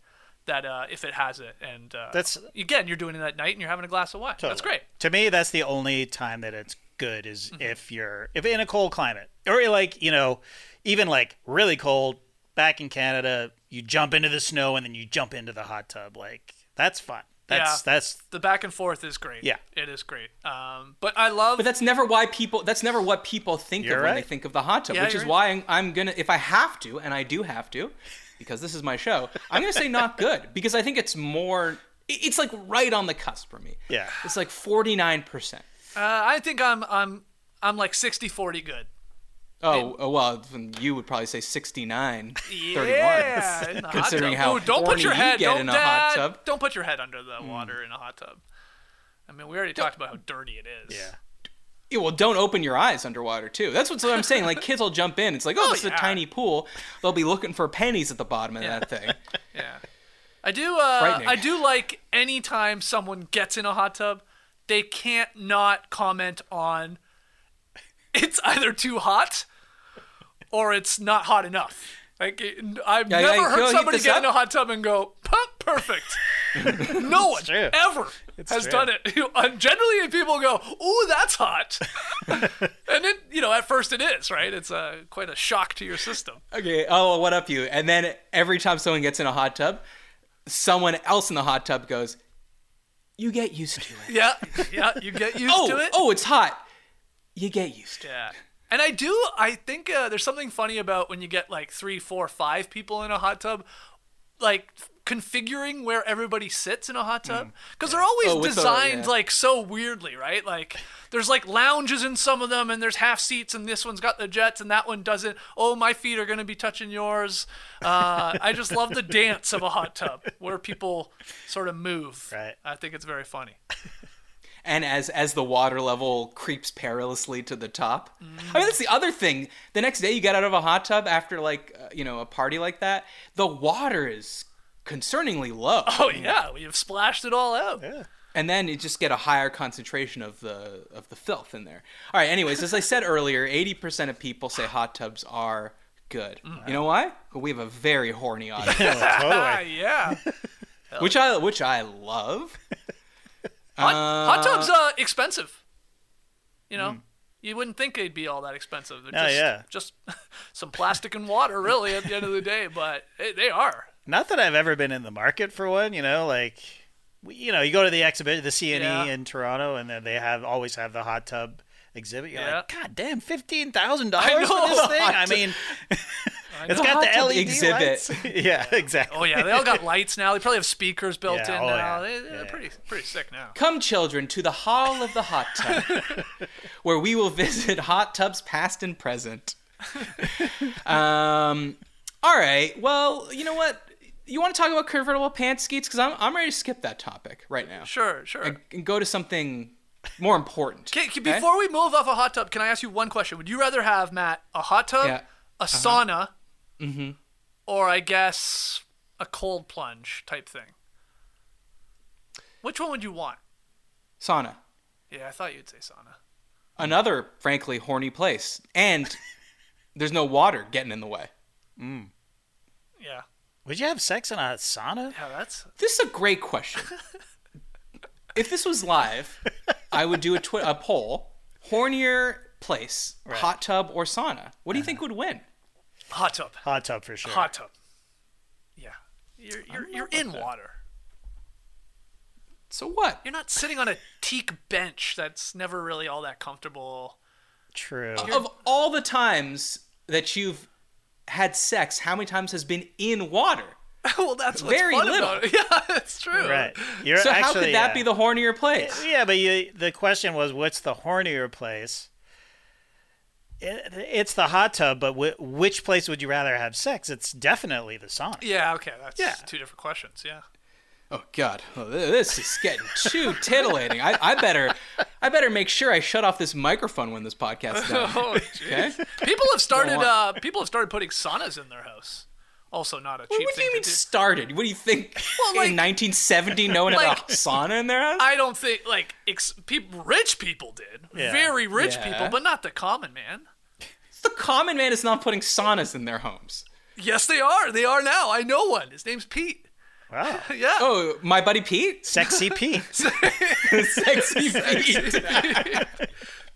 S3: That uh, if it has it, and uh,
S2: That's-
S3: again, you're doing it at night and you're having a glass of wine. That's great. Mm-hmm.
S2: To me, that's the only time that it's good is if you're if in a cold climate or like you know even like really cold back in Canada you jump into the snow and then you jump into the hot tub like that's fun that's
S3: Yeah.
S2: that's
S3: The back and forth is great.
S2: Yeah.
S3: It is great. Um, but I love
S1: But that's never why people. That's never what people think
S2: You're
S1: of when they
S2: right.
S1: think of the hot tub,
S3: Yeah,
S1: which
S3: you're
S1: is
S3: right.
S1: why I'm, I'm gonna, if I have to, and I do have to, because this is my show, I'm gonna say not good because I think it's more. it- It's like right on the cusp for me.
S2: Yeah.
S1: it's like 49. percent
S3: Uh, I think I'm I'm I'm like 60 40 good.
S1: Oh, oh, well, then you would probably say 69, 31. (laughs)
S3: Yeah, in the hot
S1: Considering
S3: tub.
S1: how
S3: Ooh, don't put
S1: horny
S3: your
S1: you
S3: head
S1: get
S3: don't,
S1: in a hot
S3: uh,
S1: tub. Hmm.
S3: Don't put your head under the water in a hot tub. I mean, we already talked about how dirty it is.
S2: yeah
S1: Yeah, well, don't open your eyes underwater too. That's what, so I'm saying. Like kids will jump in. It's like, oh,
S3: Oh,
S1: it's
S3: yeah.
S1: a tiny pool. They'll be looking for pennies at the bottom of that thing.
S3: Yeah. I do uh,
S1: Frightening.
S3: I do like anytime someone gets in a hot tub, they can't not comment on it's either too hot or it's not hot enough. Like it- I've
S1: Yeah, yeah,
S3: never
S1: you feel
S3: heard
S1: heat
S3: somebody
S1: this
S3: get
S1: up?
S3: in a hot tub and go, "Huh, perfect.
S2: (laughs)
S3: no one
S2: true.
S3: ever has
S2: true.
S3: done it. And Generally, people go, "Ooh,
S2: (laughs)
S3: that's hot," and it, you know, at first it is right. It's uh, quite a shock to your system.
S1: Okay. Oh, what up, you? And then every time someone gets in a hot tub, someone else in the hot tub goes, "You get used
S3: (laughs)
S1: to it."
S3: Yeah, yeah, you get used
S1: oh,
S3: to it.
S1: oh, it's hot. You get used to it.
S3: Yeah. And I do, I think uh, there's something funny about when you get like three, four, five people in a hot tub, like f- configuring where everybody sits in a hot tub. Because they're always
S1: Oh, with the-
S3: designed
S1: yeah.
S3: like so weirdly, right? Like there's like lounges in some of them, and there's half seats, and this one's got the jets, and that one doesn't. Oh, my feet are going to be touching yours. Uh, I just love the dance of a hot tub where people sort of move.
S2: Right.
S3: I think it's very funny.
S1: And as as the water level creeps perilously to the top,
S3: Mm.
S1: I mean that's the other thing. The next day you get out of a hot tub after like uh, you know a party like that, the water is concerningly low,
S3: Oh, yeah, we have splashed it all out.
S1: and then you just get a higher concentration of the of the filth in there. All right. Anyways, as I said earlier, eighty percent of people say hot tubs are good. You know why? 'Cause we have a very horny audience.
S3: (laughs)
S2: Oh,
S3: Ah,
S2: totally
S3: yeah.
S1: which I which I love.
S3: Hot, hot tubs uh expensive. You know, you wouldn't think they'd be all that expensive. They're
S2: Oh,
S3: just,
S2: Hmm. yeah.
S3: just (laughs) some plastic and water, really, at the end of the day. But eh, they are.
S2: not that I've ever been in the market for one you know like we- you know you go to the exhibit the CNE
S3: Yeah.
S2: in Toronto and then they have always have the hot tub exhibit you're like
S3: Yeah.
S2: god damn $15,000 for
S3: I know.
S1: (laughs)
S2: this thing I mean it's got
S1: Hot
S2: the
S1: tub
S2: LED
S1: exhibit.
S2: lights. (laughs) yeah exactly
S3: Oh yeah, they
S2: (laughs)
S3: all got lights now. They probably have speakers built
S2: Yeah,
S3: in
S2: oh,
S3: now.
S2: yeah.
S3: They, they're
S2: Yeah, yeah.
S3: pretty pretty sick now.
S1: Come, children, to the Hall of the Hot Tub, where we will visit hot tubs past and present. um, all right. Well, you know what? You want to talk about convertible pants skates? Because I'm, I'm ready to skip that topic right now
S3: Sure, sure.
S1: and go to something more important.
S3: Can-
S2: Eh?
S3: can- before we move off a hot tub, can I ask you one question? Would you rather have Matt a hot tub,
S1: Yeah.
S2: Uh-huh.
S3: a sauna,
S2: Mm-hmm.
S3: or I guess a cold plunge type thing? Which one would you want?
S1: Sauna.
S3: Yeah, I thought you'd say sauna.
S1: Another, frankly, horny place. And there's no water getting in the way.
S3: Yeah.
S2: Would you have sex in a sauna?
S3: Yeah, that's
S1: This is a great
S2: (laughs)
S1: question. if this was live, I would do a, twi- a poll: hornier place, hot tub or sauna? What do you
S2: Uh-huh.
S1: think would win?
S3: hot tub.
S2: Hot tub for sure.
S3: Hot tub. Yeah. You're you're, you're in water.
S1: So what?
S3: You're not sitting on a teak bench that's never really all that comfortable.
S2: True.
S1: Of all the times that you've had sex, how many times has been in water?
S3: (laughs) well, that's what's
S1: Very
S3: fun
S1: little.
S3: about it. (laughs) Yeah, that's true.
S2: Right. You're
S1: So
S2: actually, uh,
S1: how could that
S2: yeah.
S1: be the hornier place?
S2: Yeah, but you, the question was, what's the hornier place? It, it's the hot tub, but whi which place would you rather have sex? It's definitely the
S3: (laughs)
S2: sauna.
S3: Yeah, okay. That's
S2: Yeah.
S3: two different questions. Yeah.
S1: Oh God, Oh, th- this is getting too titillating. I, I better, I better make sure I shut off this microphone when this podcast is done.
S3: (laughs) Oh, jeez.
S1: Okay.
S3: people have started
S1: Go
S3: uh people have started putting saunas in their house. Also not a cheap
S1: What do
S3: thing
S1: you
S3: to
S1: mean
S3: do.
S1: started? What do you think?
S3: Well, like-
S1: in 1970, no one had
S3: Like-
S1: a sauna in their house.
S3: I don't think like ex- peop rich people did.
S2: Yeah.
S3: Very rich
S1: Yeah.
S3: people, but not the common man.
S1: the common man is not putting saunas in their homes.
S3: Yes, they are. They are now. I know one. His name's Pete.
S2: Wow.
S3: Yeah.
S1: Oh, my
S3: (laughs)
S1: buddy Pete,
S2: Sexy Pete.
S1: sexy Pete.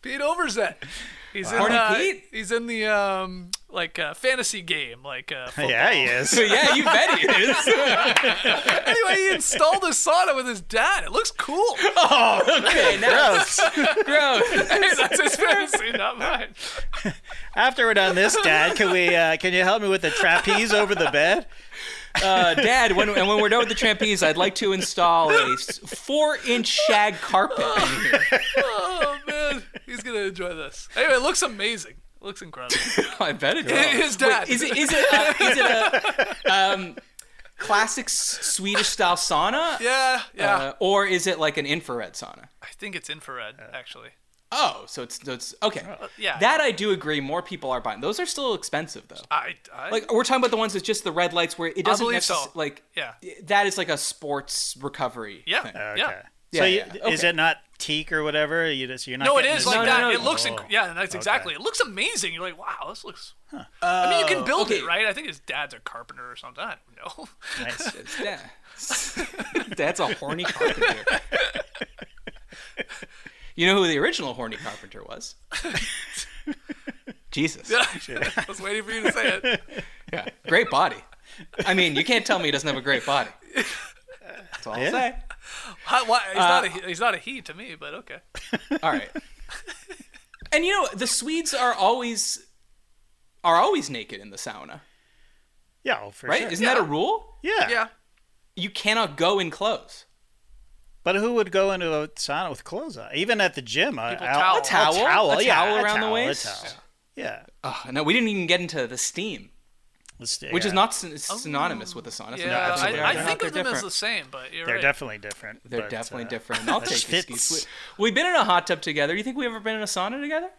S3: Pete Overzet. He's in
S1: Horny
S3: uh,
S1: Pete?
S3: He's in the um like uh, fantasy game like uh, football.
S2: Yeah, he is.
S1: So yeah, you bet he
S3: (laughs)
S1: is.
S3: Anyway, he installed a sauna with his dad. It looks cool.
S1: okay, now
S2: Gross.
S1: gross.
S3: (laughs) That's his fantasy, not mine.
S2: After we're done this, Dad, can we? Uh, can you help me with the trapeze over the bed?
S1: Uh, Dad, when and when we're done with the trapeze, I'd like to install a s- four-inch shag carpet.
S3: (laughs)
S1: in here.
S3: Oh man, he's gonna enjoy this. Anyway, it looks amazing. It looks incredible.
S1: (laughs) I bet it does.
S3: His dad.
S1: Is it is it a, is it a um, classic s- Swedish style sauna?
S3: Yeah, yeah.
S1: Uh, or is it like an infrared sauna?
S3: I think it's infrared actually.
S1: Oh, so it's, so it's okay.
S3: Uh, yeah.
S1: That I do agree. More people are buying. Those are still expensive though.
S3: I, I
S1: Like we're talking about the ones with just the red lights where it doesn't
S3: believe so.
S1: necessarily like
S3: Yeah.
S1: that is like a sports recovery.
S3: yeah,
S1: thing.
S2: Okay.
S3: yeah.
S1: Yeah,
S2: so you,
S1: yeah,
S2: is
S1: okay.
S2: it not teak or whatever? You just you're not.
S3: No, it
S2: getting
S3: is
S2: the-
S3: like
S1: No,
S3: that.
S1: no, no.
S3: It looks,
S2: Oh,
S3: inc- yeah, that's exactly. It looks amazing. You're like, wow, this looks. I mean, you can build
S1: Uh, okay.
S3: it, right? I think his dad's a carpenter or something. I don't know. (laughs)
S2: Nice.
S1: Yeah. (laughs) That's a horny carpenter. you know who the original horny carpenter was? Jesus.
S3: I was waiting for you to say
S1: (laughs)
S3: it.
S1: Yeah. Great body. I mean, you can't tell me he doesn't have a great body. That's all I'll
S2: Yeah.
S1: say.
S3: How, why, he's,
S1: Uh,
S3: not a, he- he's not a he to me,
S1: (laughs)
S3: but okay.
S1: All right. And you know, the Swedes are always are always naked in the sauna,
S2: Yeah, oh, for
S1: right?
S2: sure.
S1: Isn't that a rule?
S2: yeah.
S3: Yeah.
S1: You cannot go in clothes.
S2: But who would go into a sauna with clothes on? Even at the gym, I-
S3: People
S2: I'll-
S3: towel.
S2: I'll
S1: Towel? A
S2: yeah,
S1: towel around the
S2: towel, a
S1: waist?
S2: towel. Yeah.
S1: Oh, no, we didn't even get into the steam,
S2: Let's do-
S1: which is
S2: yeah.
S1: not syn- synonymous with the sauna. so
S3: Oh. Yeah,
S1: no, absolutely
S3: I, I
S1: they're not.
S3: think
S1: They're
S3: of them as
S1: different.
S3: the same, but you're
S2: They're
S3: right.
S2: definitely different.
S1: They're
S2: but,
S1: definitely
S2: uh,
S3: (laughs)
S1: different. I'll take your
S2: fits.
S1: excuse. We, we've been in a hot tub together. You think we ever been in a sauna together?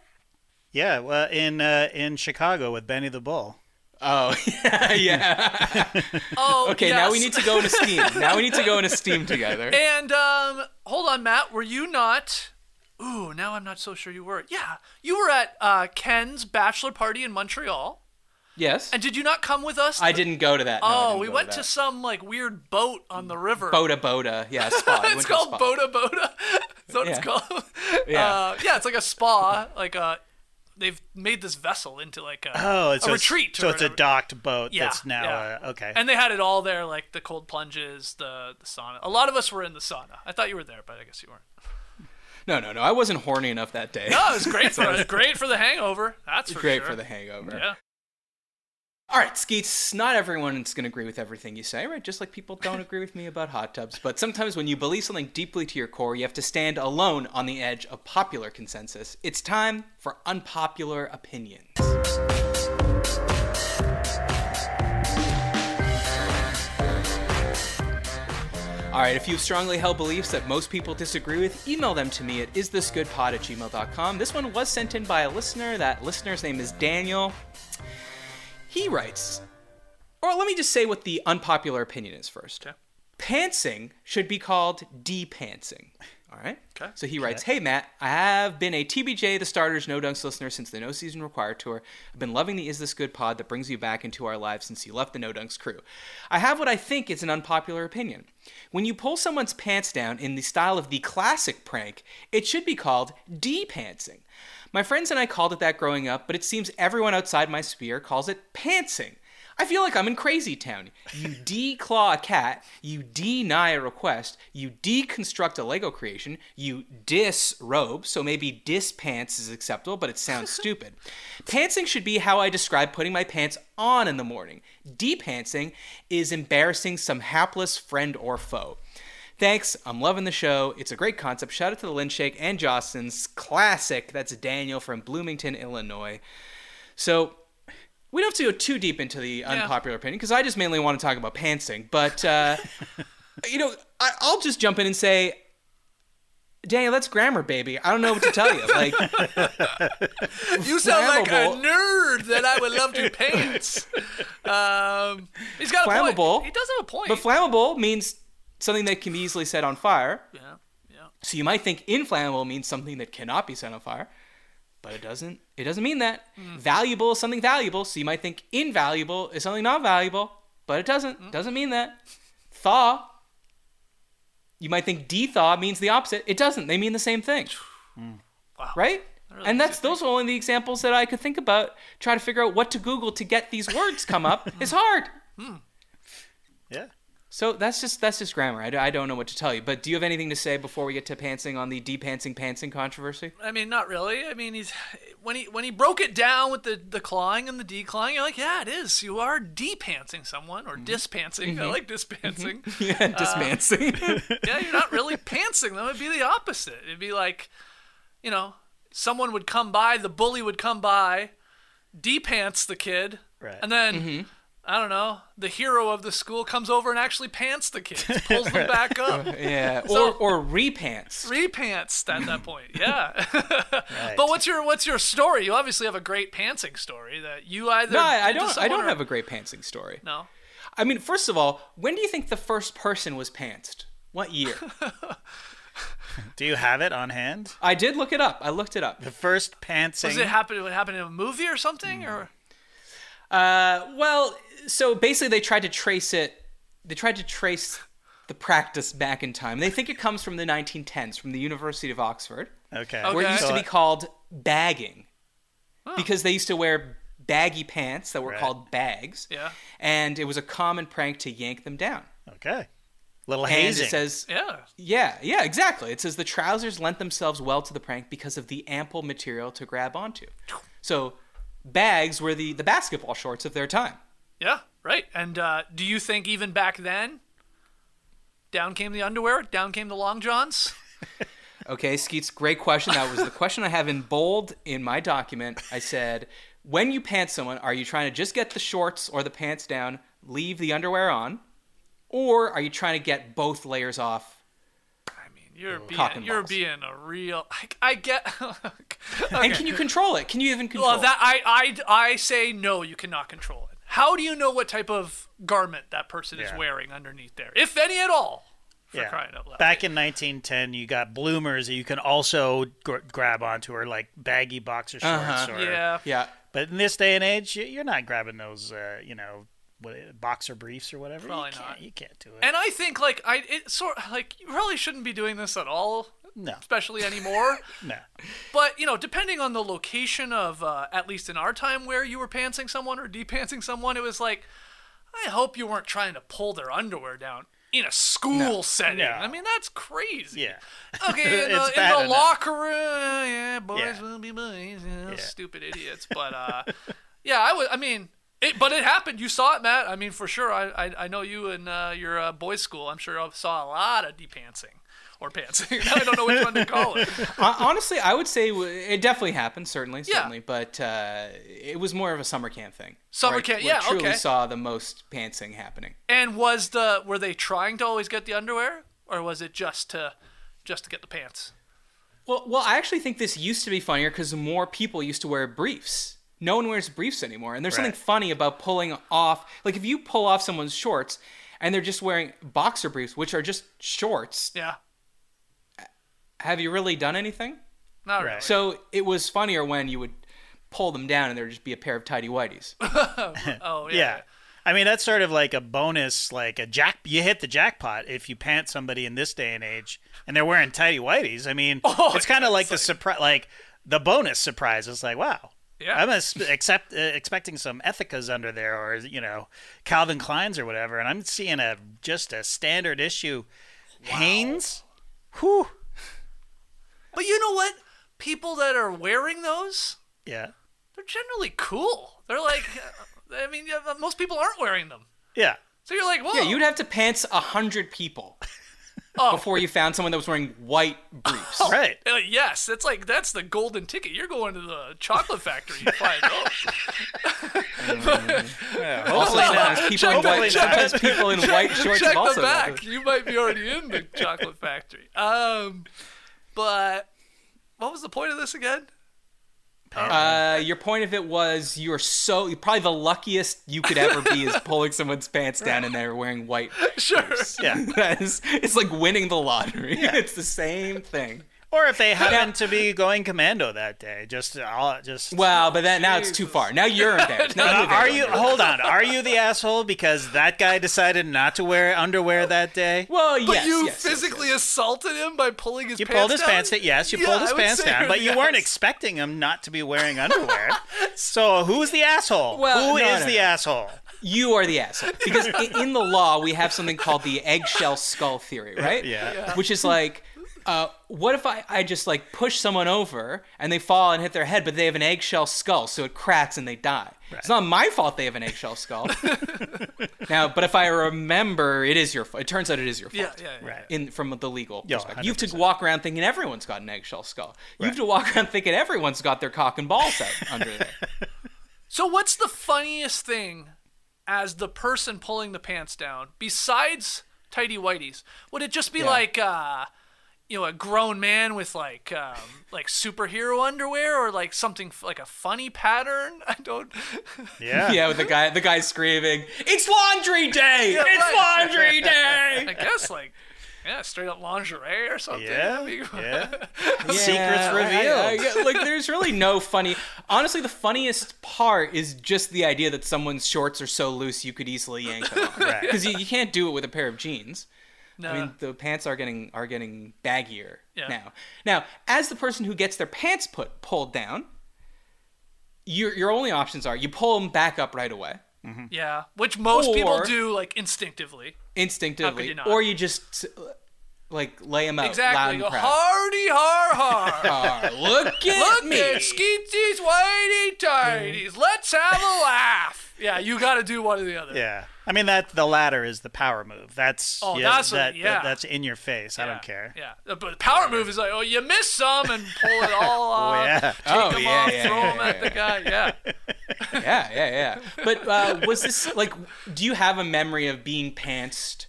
S2: Yeah, well, in uh, in Chicago with Benny the Bull.
S3: (laughs)
S1: Oh yeah, yeah.
S3: oh,
S1: Okay, now we need to go into steam.
S3: (laughs)
S1: Now we need to go into steam together.
S3: And um, hold on, Matt. Were you not? Ooh, now I'm not so sure you were. Yeah, you were at uh, Ken's bachelor party in Montreal.
S1: Yes,
S3: And did you not come with us?
S1: I didn't go to that. No, I
S3: Oh,
S1: didn't
S3: we
S1: go
S3: went
S1: to,
S3: to
S1: that.
S3: some like weird boat on the river.
S1: Boda Boda. Yeah, spa. We
S3: (laughs) it's
S1: went to a
S3: called
S1: spa.
S3: Boda Boda. (laughs) That's what it's
S1: Yeah.
S3: called. (laughs)
S1: Yeah.
S3: Uh, yeah, it's like a spa. Like a, they've made this vessel into like a,
S2: Oh,
S3: a
S2: it's so it's-
S3: retreat.
S2: So
S3: or
S2: it's a
S3: whatever.
S2: docked boat
S3: Yeah,
S2: that's now
S3: yeah.
S2: uh, okay.
S3: And they had it all there, like the cold plunges, the, the sauna. A lot of us were in the sauna. I thought you were there, but I guess you weren't.
S1: (laughs) No, no, no. I wasn't horny enough that day.
S3: No,
S1: (laughs)
S3: it was great for it was great for the hangover. That's for
S1: Great
S3: sure.
S1: for the hangover.
S3: Yeah.
S1: All right, Skeets, not everyone's going to agree with everything you say, right? Just like people don't agree with me about hot tubs. But sometimes when you believe something deeply to your core, you have to stand alone on the edge of popular consensus. It's time for unpopular opinions. All right, if you have strongly held beliefs that most people disagree with, email them to me at isthisgoodpod at gmail.com. This one was sent in by a listener. That listener's name is Daniel. He writes, or let me just say what the unpopular opinion is first.
S3: Okay.
S1: Pantsing should be called de-pantsing. All right.
S3: Okay.
S1: So he writes, "Hey Matt, I have been a TBJ, the starters, no dunks listener since the No Season Required tour. I've been loving the Is This Good pod that brings you back into our lives since you left the No Dunks crew. I have what I think is an unpopular opinion. When you pull someone's pants down in the style of the classic prank, it should be called de-pantsing. My friends and I called it that growing up, but it seems everyone outside my sphere calls it pantsing." I feel like I'm in crazy town. You (laughs) declaw a cat, you deny a request, you deconstruct a Lego creation, you disrobe, so maybe dispants is acceptable, but it sounds stupid. Pantsing should be how I describe putting my pants on in the morning. Depantsing is embarrassing some hapless friend or foe. Thanks, I'm loving the show. It's a great concept. Shout out to the Lynn Shake and Jocelyn's classic. That's Daniel from Bloomington, Illinois. So we don't have to go too deep into the unpopular opinion because I just mainly want to talk about pantsing. But uh, you know, I, I'll just jump in and say, Daniel, that's grammar, baby. I don't know what to tell you. Like,
S3: You sound like a
S1: Flammable.
S3: nerd that I would
S1: (laughs)
S3: love to pants. Um, he's got a
S1: Flammable.
S3: point. He does have a point.
S1: but flammable means something that can be easily set on fire.
S3: yeah, yeah.
S1: So you might think inflammable means something that cannot be set on fire, but it doesn't. It doesn't mean that. Valuable is something valuable. So you might think invaluable is something not valuable, but it doesn't. Doesn't mean that. Thaw. You might think de-thaw means the opposite. It doesn't. They mean the same thing.
S3: Wow.
S1: Right?
S3: really
S1: And that's
S3: easy to
S1: those are only the examples that I could think about. Try to figure out what to Google to get these words come up is hard.
S2: Yeah.
S1: So that's just that's just grammar. I, d- I don't know what to tell you. But do you have anything to say before we get to pantsing on the depantsing pantsing controversy?
S3: think. I mean, not really. I mean, he's when he when he broke it down with the the clawing and the declawing. You're like, yeah, it is. You are depantsing someone or dispantsing. I like dispantsing.
S1: Mm-hmm. (laughs) Yeah, dispansing.
S3: yeah, you're not really pantsing them. It'd be the opposite. It'd be like, you know, someone would come by, the bully would come by, depants the kid,
S2: Right.
S3: and then I don't know, the hero of the school comes over and actually pants the kid, pulls them back
S1: (laughs)
S3: up.
S1: yeah,
S3: So-
S1: or or repants.
S3: Three pants at
S1: (laughs)
S3: that point, yeah. (laughs) But what's your what's your story? You obviously have a great pantsing story that you either
S1: No, I, I
S3: did to
S1: don't. I
S3: someone
S1: don't
S3: or-
S1: have a great pantsing story.
S3: no.
S1: I mean, first of all, when do you think the first person was pantsed? What year?
S2: Do you have it on hand?
S1: I did look it up. I looked it up.
S2: The first pantsing.
S3: Does it happen? It happened in a movie or something,
S1: Mm.
S3: or
S1: Uh, well, so basically, they tried to trace it. They tried to trace the practice back in time. They think it comes from the 1910s, from the University of Oxford,
S2: okay.
S1: where it
S3: Okay.
S1: used to
S2: So
S1: be called bagging, because they used to wear baggy pants that were
S2: Right.
S1: called bags.
S3: Yeah.
S1: And it was a common prank to yank them down.
S2: uh, Okay. Little
S1: And
S2: hazing.
S1: it says
S3: yeah,
S1: Yeah, yeah, exactly. It says the trousers lent themselves well to the prank because of the ample material to grab onto. So bags were the, the basketball shorts of their time.
S3: Yeah, right. And uh, do you think even back then, down came the underwear, down came the long
S1: (laughs)
S3: johns?
S1: Okay, Skeets, great question. That was
S3: (laughs)
S1: the question I have in bold in my document. I said, when you pants someone, are you trying to just get the shorts or the pants down, leave the underwear on? Or are you trying to get both layers off?
S3: I mean, you're
S1: Oh. Cock and
S3: being you're
S1: balls.
S3: being a real. I, I get. (laughs) okay.
S1: And can you control it? Can you even control
S3: well, that I, I I say no. You cannot control it. How do you know what type of garment that person is
S2: Yeah.
S3: wearing underneath there, if any at all? For
S2: Yeah.
S3: crying out loud.
S2: Back in 1910, you got bloomers that you can also gr- grab onto, or like baggy boxer shorts.
S1: Uh-huh.
S2: Or,
S3: yeah.
S1: it? Yeah.
S2: But in this day and age, you- you're not grabbing those, uh, you know, what, boxer briefs or whatever.
S3: Probably
S2: you can't,
S3: not.
S2: You can't do it.
S3: And I think like I it sort like you really shouldn't be doing this at all,
S2: no, (laughs)
S3: especially anymore.
S2: no.
S3: But you know, depending on the location of uh, at least in our time where you were pantsing someone or depantsing someone, it was like, I hope you weren't trying to pull their underwear down in a school setting.
S2: No.
S3: I mean, that's crazy.
S2: Yeah.
S3: Okay, in the,
S2: It's
S3: in
S2: bad
S3: the
S2: enough.
S3: locker room, uh, yeah, boys
S2: Yeah.
S3: will be boys. you know,
S2: Yeah.
S3: Stupid (laughs) idiots. But uh, yeah, I would. I mean. It, but it happened. You saw it, Matt. I mean, for sure. I I, I know you in uh, your uh, boys' school. I'm sure I saw a lot of depantsing or pantsing. (laughs) I don't know which one to call (laughs) it.
S1: Hon- Honestly, I would say w- it definitely happened, certainly,
S3: Yeah.
S1: certainly, but uh, it was more of a summer camp thing.
S3: Summer
S1: where-
S3: camp,
S1: where
S3: yeah,
S1: Truly
S3: okay.
S1: saw the most pantsing happening.
S3: And was the were they trying to always get the underwear, or was it just to just to get the pants?
S1: Well, well, I actually think this used to be funnier because more people used to wear briefs. No one wears briefs anymore, and there's
S2: Right.
S1: something funny about pulling off. Like if you pull off someone's shorts, and they're just wearing boxer briefs, which are just shorts.
S3: Yeah,
S1: Have you really done anything?
S3: not
S2: Right.
S3: really.
S1: So it was funnier when you would pull them down, and there'd just be a pair of tidy
S3: (laughs)
S1: whities.
S3: (laughs) Oh yeah.
S2: Yeah. I mean, that's sort of like a bonus, like a jack. You hit the jackpot if you pant somebody in this day and age, and they're wearing tidy whities. I
S3: (laughs)
S2: mean,
S3: Oh,
S2: it's kind of like the surprise, like the bonus surprise. It's like, wow.
S3: Yeah.
S2: I'm ex- accept, uh, expecting some Ethicas under there, or you know, Calvin Klein's or whatever, and I'm seeing a just a standard issue Hanes. Whew.
S3: But you know what? People that are wearing those,
S2: Yeah.
S3: they're generally cool. They're like, (laughs) I mean, yeah, most people aren't wearing them.
S2: Yeah.
S3: So you're like, whoa.
S1: Yeah, you'd have to pants a hundred people
S3: Oh.
S1: before you found someone that was wearing white
S3: (laughs)
S1: briefs.
S2: Right.
S3: Uh, yes, that's like that's the golden ticket. You're going to the chocolate factory to find
S1: (laughs)
S3: oh, those.
S1: Also, sometimes people in
S3: Check
S1: white,
S3: the- check the-
S1: sometimes people in white shorts
S3: Check
S1: have also
S3: the
S1: done
S3: back. You might be already in the chocolate factory. Um, but what was the point of this again? (laughs)
S1: Uh, your point of it was you're so you're probably the luckiest you could ever be is pulling someone's pants down and they're wearing white.
S3: Sure.
S2: Yeah.
S1: (laughs) That is- it's like winning the lottery. It's the same thing.
S2: Or if they happen to be going commando that day, just all just
S1: Well, but that now it's too
S3: Jesus.
S1: far. Now you're
S2: (laughs)
S1: embarrassed. Now
S2: Uh,
S1: you're
S2: are
S1: embarrassed.
S2: you hold on? Are you the asshole because that guy decided not to wear underwear that day?
S1: Well,
S3: But
S1: yes,
S3: you
S1: yes, yes,
S3: physically
S1: yes.
S3: assaulted him by pulling his
S2: You
S3: pants
S2: pulled his
S3: down?
S2: pants down. Yes, you
S3: Yeah,
S2: pulled his
S3: I would
S2: pants
S3: say
S2: down,
S3: you're
S2: but
S3: the
S2: you weren't
S3: ass.
S2: expecting him not to be wearing underwear. so who's the asshole?
S1: Well,
S2: Who is
S1: no, no,
S2: the
S1: no.
S2: asshole?
S1: You are the asshole because i- in the law we have something called the eggshell skull theory, right?
S2: Yeah. Yeah.
S1: Which is like, uh, what if I, I just like push someone over and they fall and hit their head, but they have an eggshell skull, so it cracks and they die. It's not my fault they have an eggshell
S2: (laughs)
S1: skull. now, but if I remember, it is your fault. It turns out it is your fault.
S3: Yeah, yeah, yeah.
S2: Right.
S1: (laughs) in from the legal
S2: Yeah,
S1: perspective. You have to walk around thinking everyone's got an eggshell skull. You have
S2: Right.
S1: to walk around thinking everyone's got their cock and balls out under there.
S3: So what's the funniest thing as the person pulling the pants down besides tidy whiteys? Would it just be like uh you know, a grown man with like um, like superhero underwear or like something f- like a funny pattern. (laughs) I don't.
S2: Yeah.
S1: Yeah, with the guy the guy screaming, "It's laundry day!
S3: Yeah,
S1: it's
S3: right. (laughs)
S1: laundry day!"
S3: I guess like yeah, straight up lingerie or something.
S2: Yeah.
S3: That'd be-
S2: yeah.
S1: Yeah,
S2: Secrets
S1: I- I-
S2: revealed.
S1: I- yeah, like, there's really no funny. Honestly, the funniest part is just the idea that someone's shorts are so loose you could easily yank them off.
S2: Right.
S1: Because you, you can't do it with a pair of jeans.
S3: No.
S1: I mean, the pants are getting are getting baggier
S3: Yeah.
S1: now. Now, as the person who gets their pants put pulled down, your your only options are you pull them back up right away
S3: yeah, which most people
S1: Or-
S3: do like instinctively.
S1: instinctively,
S3: you not?
S1: or you just like lay them out loud
S3: Exactly.
S1: and
S3: Go
S1: proud.
S3: hardy har
S1: (laughs)
S3: har.
S1: are.
S3: (laughs)
S1: Look at
S3: Look
S1: me.
S3: at Skeety's whitey tighties. Let's have a laugh. Yeah, you got to do one or the other.
S2: Yeah. I mean that the latter is the power move. That's
S3: Oh,
S2: yeah,
S3: that's a-
S2: that,
S3: yeah.
S2: that's in your face. I
S3: Yeah,
S2: don't care.
S3: Yeah, but the power move is like, oh, you miss some and pull it
S2: (laughs)
S3: all off.
S2: yeah.
S3: Take
S1: Oh,
S3: them
S1: yeah,
S3: off,
S1: yeah,
S3: throw
S1: yeah,
S3: them at the guy. Yeah.
S1: yeah, yeah, yeah. But uh, was this like? Do you have a memory of being pantsed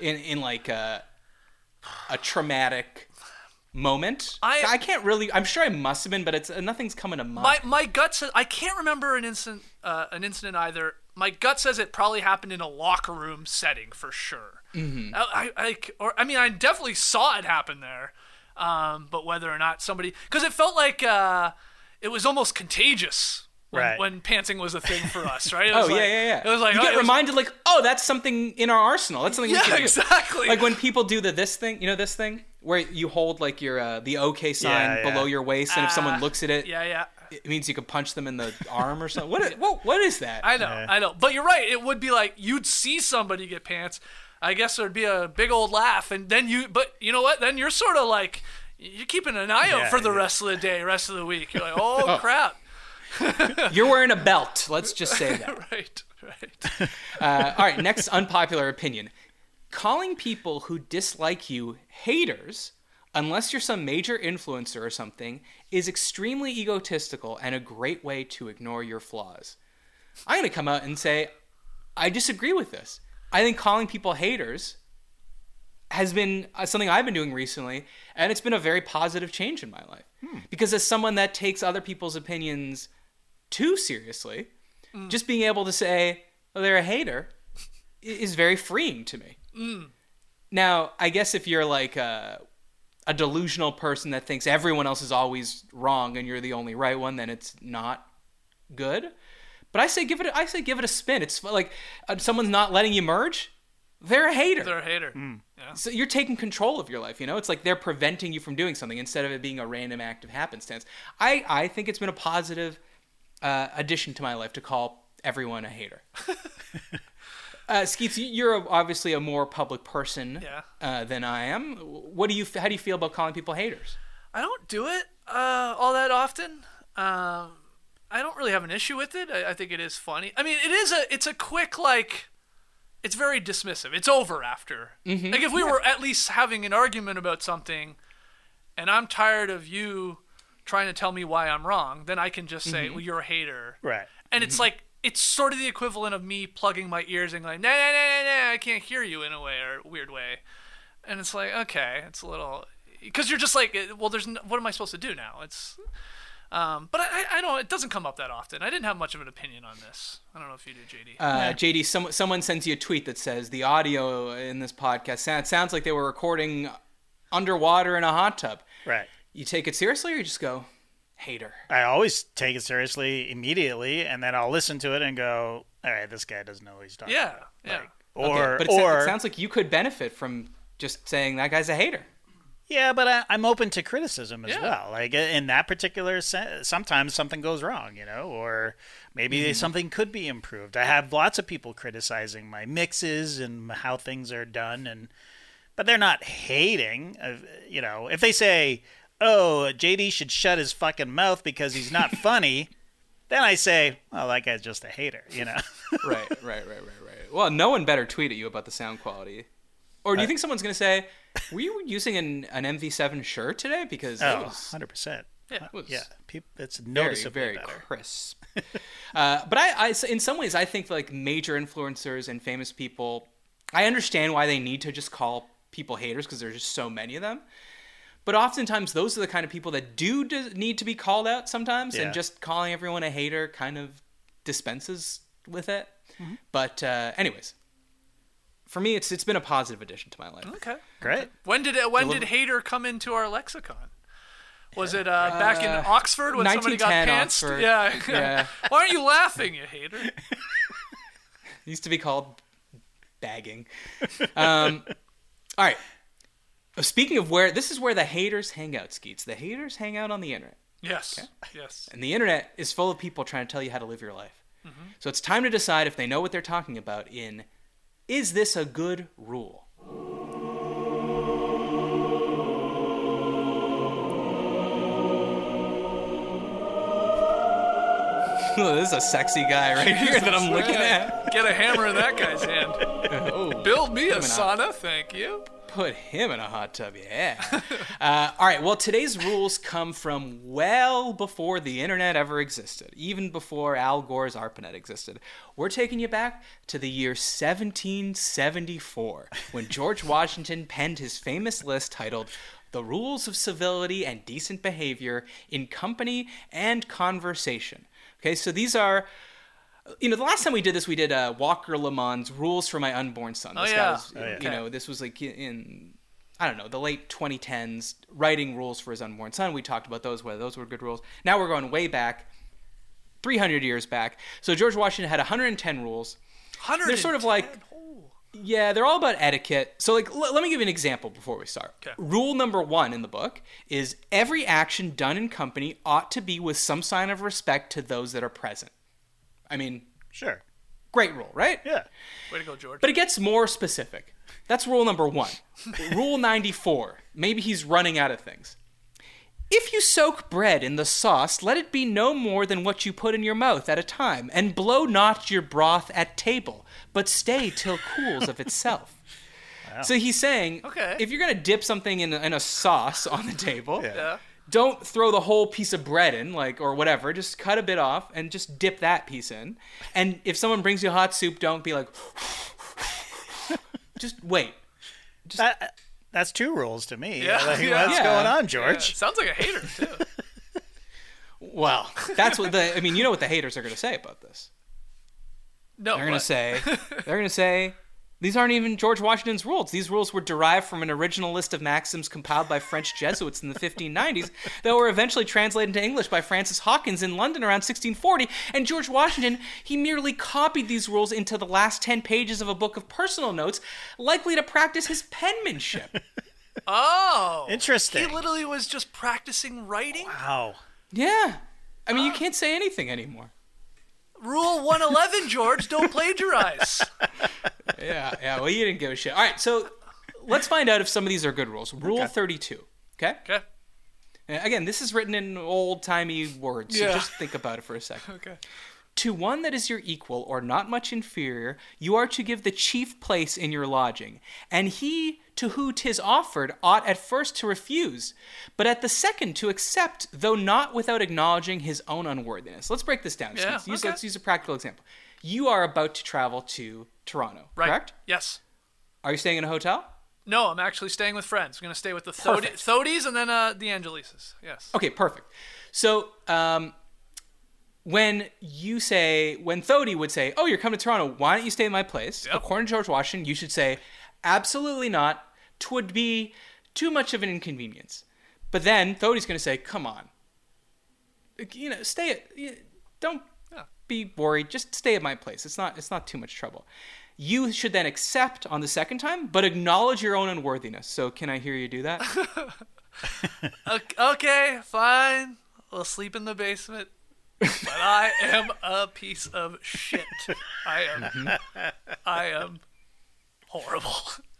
S1: in in like a a traumatic moment?
S3: I-
S1: I can't really. I'm sure I must have been, but it's nothing's coming to mind.
S3: My my gut says I can't remember an incident uh, an incident either. My gut says it probably happened in a locker room setting for sure. Mm-hmm. I, I, I c- or I mean I definitely saw it happen there, um, but whether or not somebody because it felt like uh, it was almost contagious. When,
S2: Right.
S3: when pantsing was a thing for
S1: (laughs)
S3: us, right? It
S1: oh
S3: was like-
S1: yeah, yeah, yeah.
S3: It was like
S1: you
S3: oh,
S1: get
S3: it was-
S1: reminded like, oh, that's something in our arsenal. That's something. we
S3: (laughs) yeah,
S1: can do.
S3: exactly.
S1: Like when people do the this thing, you know this thing where you hold like your uh, the OK sign
S2: Yeah, yeah.
S1: below your waist, and if someone looks at it,
S3: yeah, yeah.
S1: it means you can punch them in the arm or something. What is, what, what is that?
S3: I know,
S2: Yeah.
S3: I know. But you're right. It would be like you'd see somebody get pants. I guess there'd be a big old laugh, and then you. But you know what? Then you're sort of like you're keeping an eye out
S2: Yeah,
S3: for the
S2: yeah.
S3: rest of the day, rest of the week. You're like,
S2: (laughs)
S3: oh, crap. (laughs)
S1: You're wearing a belt. Let's just say that.
S3: Right, right.
S1: Uh, all right, next unpopular opinion. Calling people who dislike you haters, unless you're some major influencer or something, is extremely egotistical and a great way to ignore your flaws. I'm going to come out and say, I disagree with this. I think calling people haters has been uh, something I've been doing recently, and it's been a very positive change in my life. Because as someone that takes other people's opinions too seriously, just being able to say oh, they're a hater i- is very freeing to me. Now, I guess if you're like a, a delusional person that thinks everyone else is always wrong and you're the only right one, then it's not good. But I say give it. A, I say give it a spin. It's like uh, someone's not letting you merge. They're a hater
S3: They're a hater.
S2: Hmm.
S3: Yeah.
S1: so you're taking control of your life you know it's like they're preventing you from doing something instead of it being a random act of happenstance i i think it's been a positive uh, addition to my life to call everyone a hater uh, skeets you- you're a- obviously a more public person
S3: Yeah.
S1: uh, than i am what do you how do you feel about calling people haters
S3: I don't do it uh, all that often. Um, I don't really have an issue with it. I, I think it is funny. I mean, it is a it's a quick like. It's very dismissive. It's over after. Like if we were at least having an argument about something, and I'm tired of you trying to tell me why I'm wrong, then I can just say, "Well, you're a hater."
S2: Right.
S3: And
S1: Mm-hmm.
S3: it's like it's sort of the equivalent of me plugging my ears and going, "Nah, nah, nah, nah, nah, I can't hear you in a way or weird way." And it's like, okay, it's a little because you're just like, eh, well, there's n what am I supposed to do now? It's, um, but I, I- I don't. It doesn't come up that often. I didn't have much of an opinion on this. I don't know if you do, JD.
S1: uh, JD, some, someone sends you a tweet that says the audio in this podcast sound, sounds like they were recording underwater in a hot tub.
S2: Right.
S1: You take it seriously, or you just go, hater.
S2: I always take it seriously immediately, and then I'll listen to it and go, "All right, this guy doesn't know what he's talking
S3: Yeah,
S2: about."
S3: yeah.
S1: Okay,
S2: Or,
S1: but it, sa-
S2: or
S1: it sounds like you could benefit from just saying that guy's a hater.
S2: yeah, but I, I'm open to criticism as
S3: Yeah.
S2: well. Like uh, in that particular sense, sometimes something goes wrong, you know, or maybe
S1: Mm-hmm.
S2: something could be improved. I have lots of people criticizing my mixes and how things are done, and but they're not hating. uh, You know, if they say, "Oh, JD should shut his fucking mouth because
S1: (laughs)
S2: he's not funny," then I say, "Well, that guy's just a hater," you
S1: (laughs)
S2: know.
S1: right, right, right, right, right. Well, no one better tweet at you about the sound quality. Or do you think someone's going to say, were you using an, an MV7 shirt today? Because it
S2: Oh,
S1: was
S2: 100%.
S1: It was
S2: Yeah, people, it's
S1: very,
S2: noticeably
S1: very
S2: better.
S1: crisp. (laughs) uh, but I, I, in some ways, I think like major influencers and famous people, I understand why they need to just call people haters because there's just so many of them. But oftentimes, those are the kind of people that do, do need to be called out sometimes,
S2: Yeah.
S1: and just calling everyone a hater kind of dispenses with it.
S2: Mm-hmm.
S1: But uh, anyways, for me, it's it's been a positive addition to my life.
S3: Okay.
S2: Great.
S3: When did it, when
S1: Deliver-
S3: did hater come into our lexicon? Was it uh, back in Oxford when somebody got
S1: 1910
S3: pantsed?
S1: Oxford.
S3: Yeah.
S1: Yeah.
S3: (laughs) Why aren't you laughing, you hater?
S1: (laughs) It used to be called bagging. Um, all right. Oh, Speaking of where, this is where the haters hang out, Skeets. The haters hang out on the internet.
S3: Yes. Yes.
S1: And the internet is full of people trying to tell you how to live your life. So it's time to decide if they know what they're talking about in Is This a Good Rule? (laughs) this is a sexy guy right (laughs) here that I'm
S3: (laughs)
S1: looking at.
S3: Get a hammer in that guy's
S1: (laughs)
S3: hand.
S1: Oh.
S3: Build me a
S1: Coming up.
S3: sauna, thank you.
S1: Put him in a hot tub, yeah. uh, all right, well, today's rules come from well before the internet ever existed, even before Al Gore's ARPANET existed. We're taking you back to the year 1774, when George Washington penned his famous list titled The Rules of Civility and Decent Behavior in Company and Conversation. Okay, so these are. You know, the last time we did this, we did uh, Walker Lamont's Rules for My Unborn Son. This guy
S3: yeah.
S1: was,
S3: Oh,
S2: yeah.
S1: you know,
S3: Okay.
S1: know, this was like in I don't know the late 2010s, writing rules for his unborn son. We talked about those whether those were good rules. Now we're going way back, 300 years back. So George Washington had 110 rules. They're sort of like-
S3: 110. Oh.
S1: Yeah, they're all about etiquette. So like l- let me give you an example before we start.
S3: Okay.
S1: Rule number 1 in the book is every action done in company ought to be with some sign of respect to those that are present. I mean,
S2: Sure.
S1: great rule, right?
S2: Yeah.
S3: Way to go, George.
S1: But it gets more specific. That's rule number one. rule 94. Maybe he's running out of things. If you soak bread in the sauce, let it be no more than what you put in your mouth at a time, and blow not your broth at table, but stay till cools of itself. So he's saying,
S3: Okay.
S1: if you're going to dip something in, in a sauce on the table,
S3: yeah.
S1: don't throw the whole piece of bread in, like or whatever. Just cut a bit off and just dip that piece in. And if someone brings you hot soup, don't be like, (laughs) just wait.
S2: That, that's two rules to me.
S3: Yeah,
S2: Like,
S3: yeah.
S2: What's
S1: Yeah.
S2: going on,
S3: Yeah,
S2: George?
S3: sounds like a hater
S1: (laughs)
S3: too.
S1: Well, that's what the. I mean, you know what the haters are going to say about this.
S3: No,
S1: They're going
S3: what?
S1: to say, they're going to say, these aren't even George Washington's rules. These rules were derived from an original list of maxims compiled by French Jesuits in the 1590s that were eventually translated into English by Francis Hawkins in London around 1640. And George Washington, he merely copied these rules into the last 10 pages of a book of personal notes, likely to practice his penmanship.
S3: Oh,
S2: Interesting.
S3: He literally was just practicing writing.
S2: Wow.
S1: Yeah. I mean, you can't say anything anymore.
S3: Rule 111, George,
S1: (laughs)
S3: don't plagiarize.
S1: yeah, yeah. Well, you didn't give a shit. All right, so let's find out if some of these are good rules. Rule 32. Okay.
S3: okay.
S1: And Again, this is written in old timey words, so
S3: Yeah.
S1: just think about it for a second.
S3: Okay.
S1: to one that is your equal or not much inferior, you are to give the chief place in your lodging, and he to who 'tis offered ought at first to refuse, but at the second to accept, though not without acknowledging his own unworthiness. Let's break this down.
S3: Yeah,
S1: Let's use-
S3: okay.
S1: Let's use a practical example. You are about to travel to Toronto,
S3: Right.
S1: correct?
S3: Yes.
S1: Are you staying in a hotel?
S3: No, I'm actually staying with friends. I'm gonna stay with the Thodi-
S1: Perfect.
S3: Thodis and then uh, the Angelises. Yes.
S1: Okay, perfect. So um, when you say, when Thody would say, "Oh, you're coming to Toronto. Why don't you stay at my place?"
S3: Yep.
S1: According to George Washington, you should say, "Absolutely not. 'Twould be too much of an inconvenience." But But then Thody's going to say, "Come on, you know, stay at, you- don't be worried. Just stay at my place. It's not, it's not too much trouble." You should then accept on the second time, but acknowledge your own unworthiness. So, can I hear you do that?
S3: Ok- Okay, fine. We'll sleep in the basement. But I am a piece of shit. I am. I am horrible.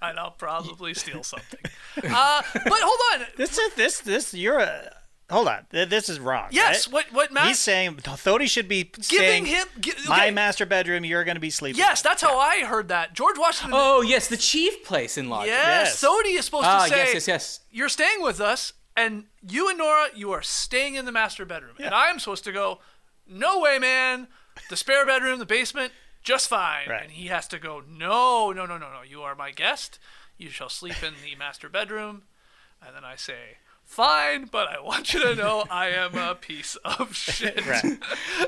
S3: And I'll probably steal something. Uh, but hold
S1: (laughs)
S3: on.
S2: This is this this you're a hold on. Th- This is wrong.
S3: Yes,
S2: right?
S3: what what Matt
S2: he's saying Thody should be
S3: giving
S2: saying,
S3: him? Gi- okay.
S2: my master bedroom. You're going to be sleeping.
S3: Yes, that's how I heard that. George Washington.
S1: oh, yes, the chief place in logic.
S3: yes,
S2: yes.
S3: Sodi is supposed
S1: Ah,
S3: to say.
S1: yes, yes, yes.
S3: you're staying with us, and you and Nora, you are staying in the master bedroom. And I'm supposed to go, no way, man. The spare bedroom, the basement, just fine.
S2: Right.
S3: And he has to go, no, no, no, no, no. You are my guest. You shall sleep in the master bedroom. And then I say, fine, but I want you to know I am a piece
S2: (laughs)
S3: of shit.
S2: Right.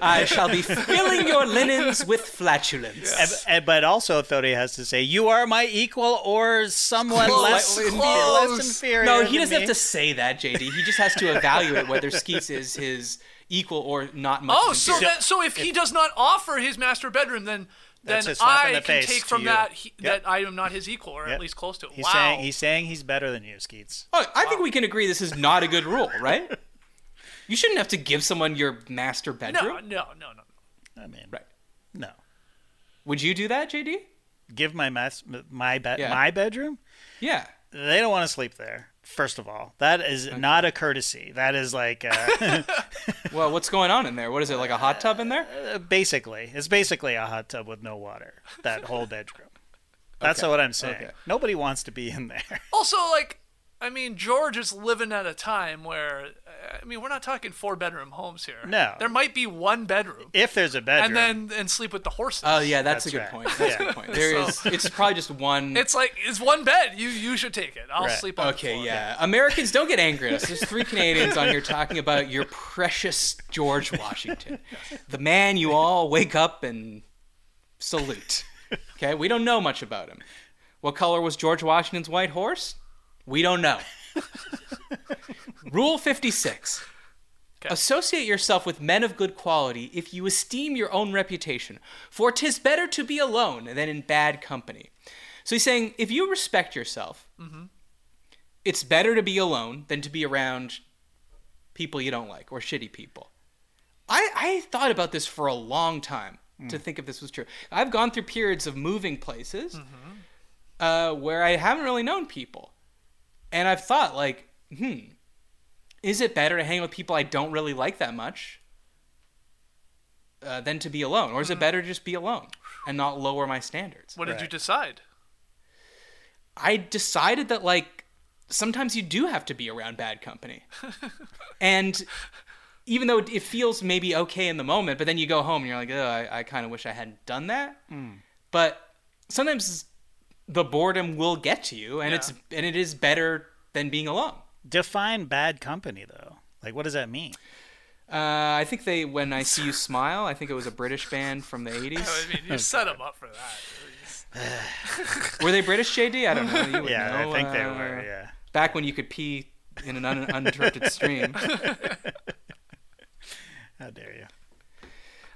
S1: I shall
S3: (laughs)
S1: be filling your linens with flatulence.
S2: And- and- but also Thody has to say you are my equal or somewhat
S3: Close,
S2: less
S3: close.
S2: less inferior.
S1: No, he doesn't
S2: me.
S1: have to say that, JD. He just has to evaluate whether Skeets is his equal or not much.
S3: Oh,
S1: of a
S3: so
S1: dude.
S3: that, so if he does not offer his master bedroom, then then
S2: That's a slap in
S3: I
S2: the
S3: can
S2: face
S3: take
S2: to
S3: from
S2: you.
S3: that he,
S2: Yep.
S3: that I am not his equal, or
S2: Yep.
S3: at least close to it.
S2: He's
S3: wow.
S2: saying he's saying he's better than you, Skeets.
S1: Oh, I think we can agree this is not a good rule, right? You shouldn't have to give someone your master
S3: no,
S1: bedroom.
S3: no, no, no, no.
S2: I mean,
S1: Right.
S2: no.
S1: Would you do that, JD?
S2: Give my mas- my be-
S1: Yeah.
S2: my bedroom.
S1: Yeah.
S2: They don't want to sleep there. First of all, that is not a courtesy. That is like uh,
S1: Well, what's going on in there? What is it, like a hot tub in there?
S2: basically it's basically a hot tub with no water. That whole bedroom. That's what I'm saying.
S1: Okay.
S2: Nobody wants to be in there. (laughs)
S3: Also, like, I mean, George is living at a time where, uh, I mean, we're not talking four bedroom homes here.
S2: No.
S3: There might be one bedroom.
S2: If there's a bedroom,
S3: and then and sleep with the horses.
S1: Oh, yeah, that's,
S2: That's
S1: a good
S2: right.
S1: point. That's a
S2: Yeah.
S1: good point. There is. It's probably just one.
S3: it's like it's one bed. You you should take it. I'll
S2: Right.
S3: sleep on the
S1: Okay,
S3: floor.
S1: yeah. Americans don't get angry at us. There's three Canadians on here talking about your precious George Washington, the man you all wake up and salute. Okay, we don't know much about him. What color was George Washington's white horse? We don't know. Rule 56
S3: Okay.
S1: Associate yourself with men of good quality if you esteem your own reputation, for 'tis better to be alone than in bad company. So he's saying if you respect yourself, it's better to be alone than to be around people you don't like or shitty people. I, I thought about this for a long time to think if this was true. I've gone through periods of moving places uh, where I haven't really known people. And I've thought, like, hmm, is it better to hang with people I don't really like that much uh, than to be alone? Or is it better to just be alone and not lower my standards?
S3: What did you
S2: Right.
S3: decide?
S1: I decided that like sometimes you do have to be around bad
S2: (laughs)
S1: company. and even though it feels maybe okay in the moment, but then you go home and you're like, oh, I, I kind of wish I hadn't done that.
S2: Hmm.
S1: But sometimes the boredom will get to you, and it's and it is better than being alone.
S2: define bad company though. Like, what does that mean?
S1: Uh, I think they when I
S2: (laughs)
S1: see you smile, I think it was a British band from the
S3: I
S1: '80s.
S3: mean, you set him up for that.
S1: Were they British, JD? I don't know. You would
S2: (laughs) Yeah,
S1: know,
S2: I think they
S1: uh,
S2: were. Yeah.
S1: Back when you could pee in an un- (laughs) uninterrupted stream.
S2: How dare you?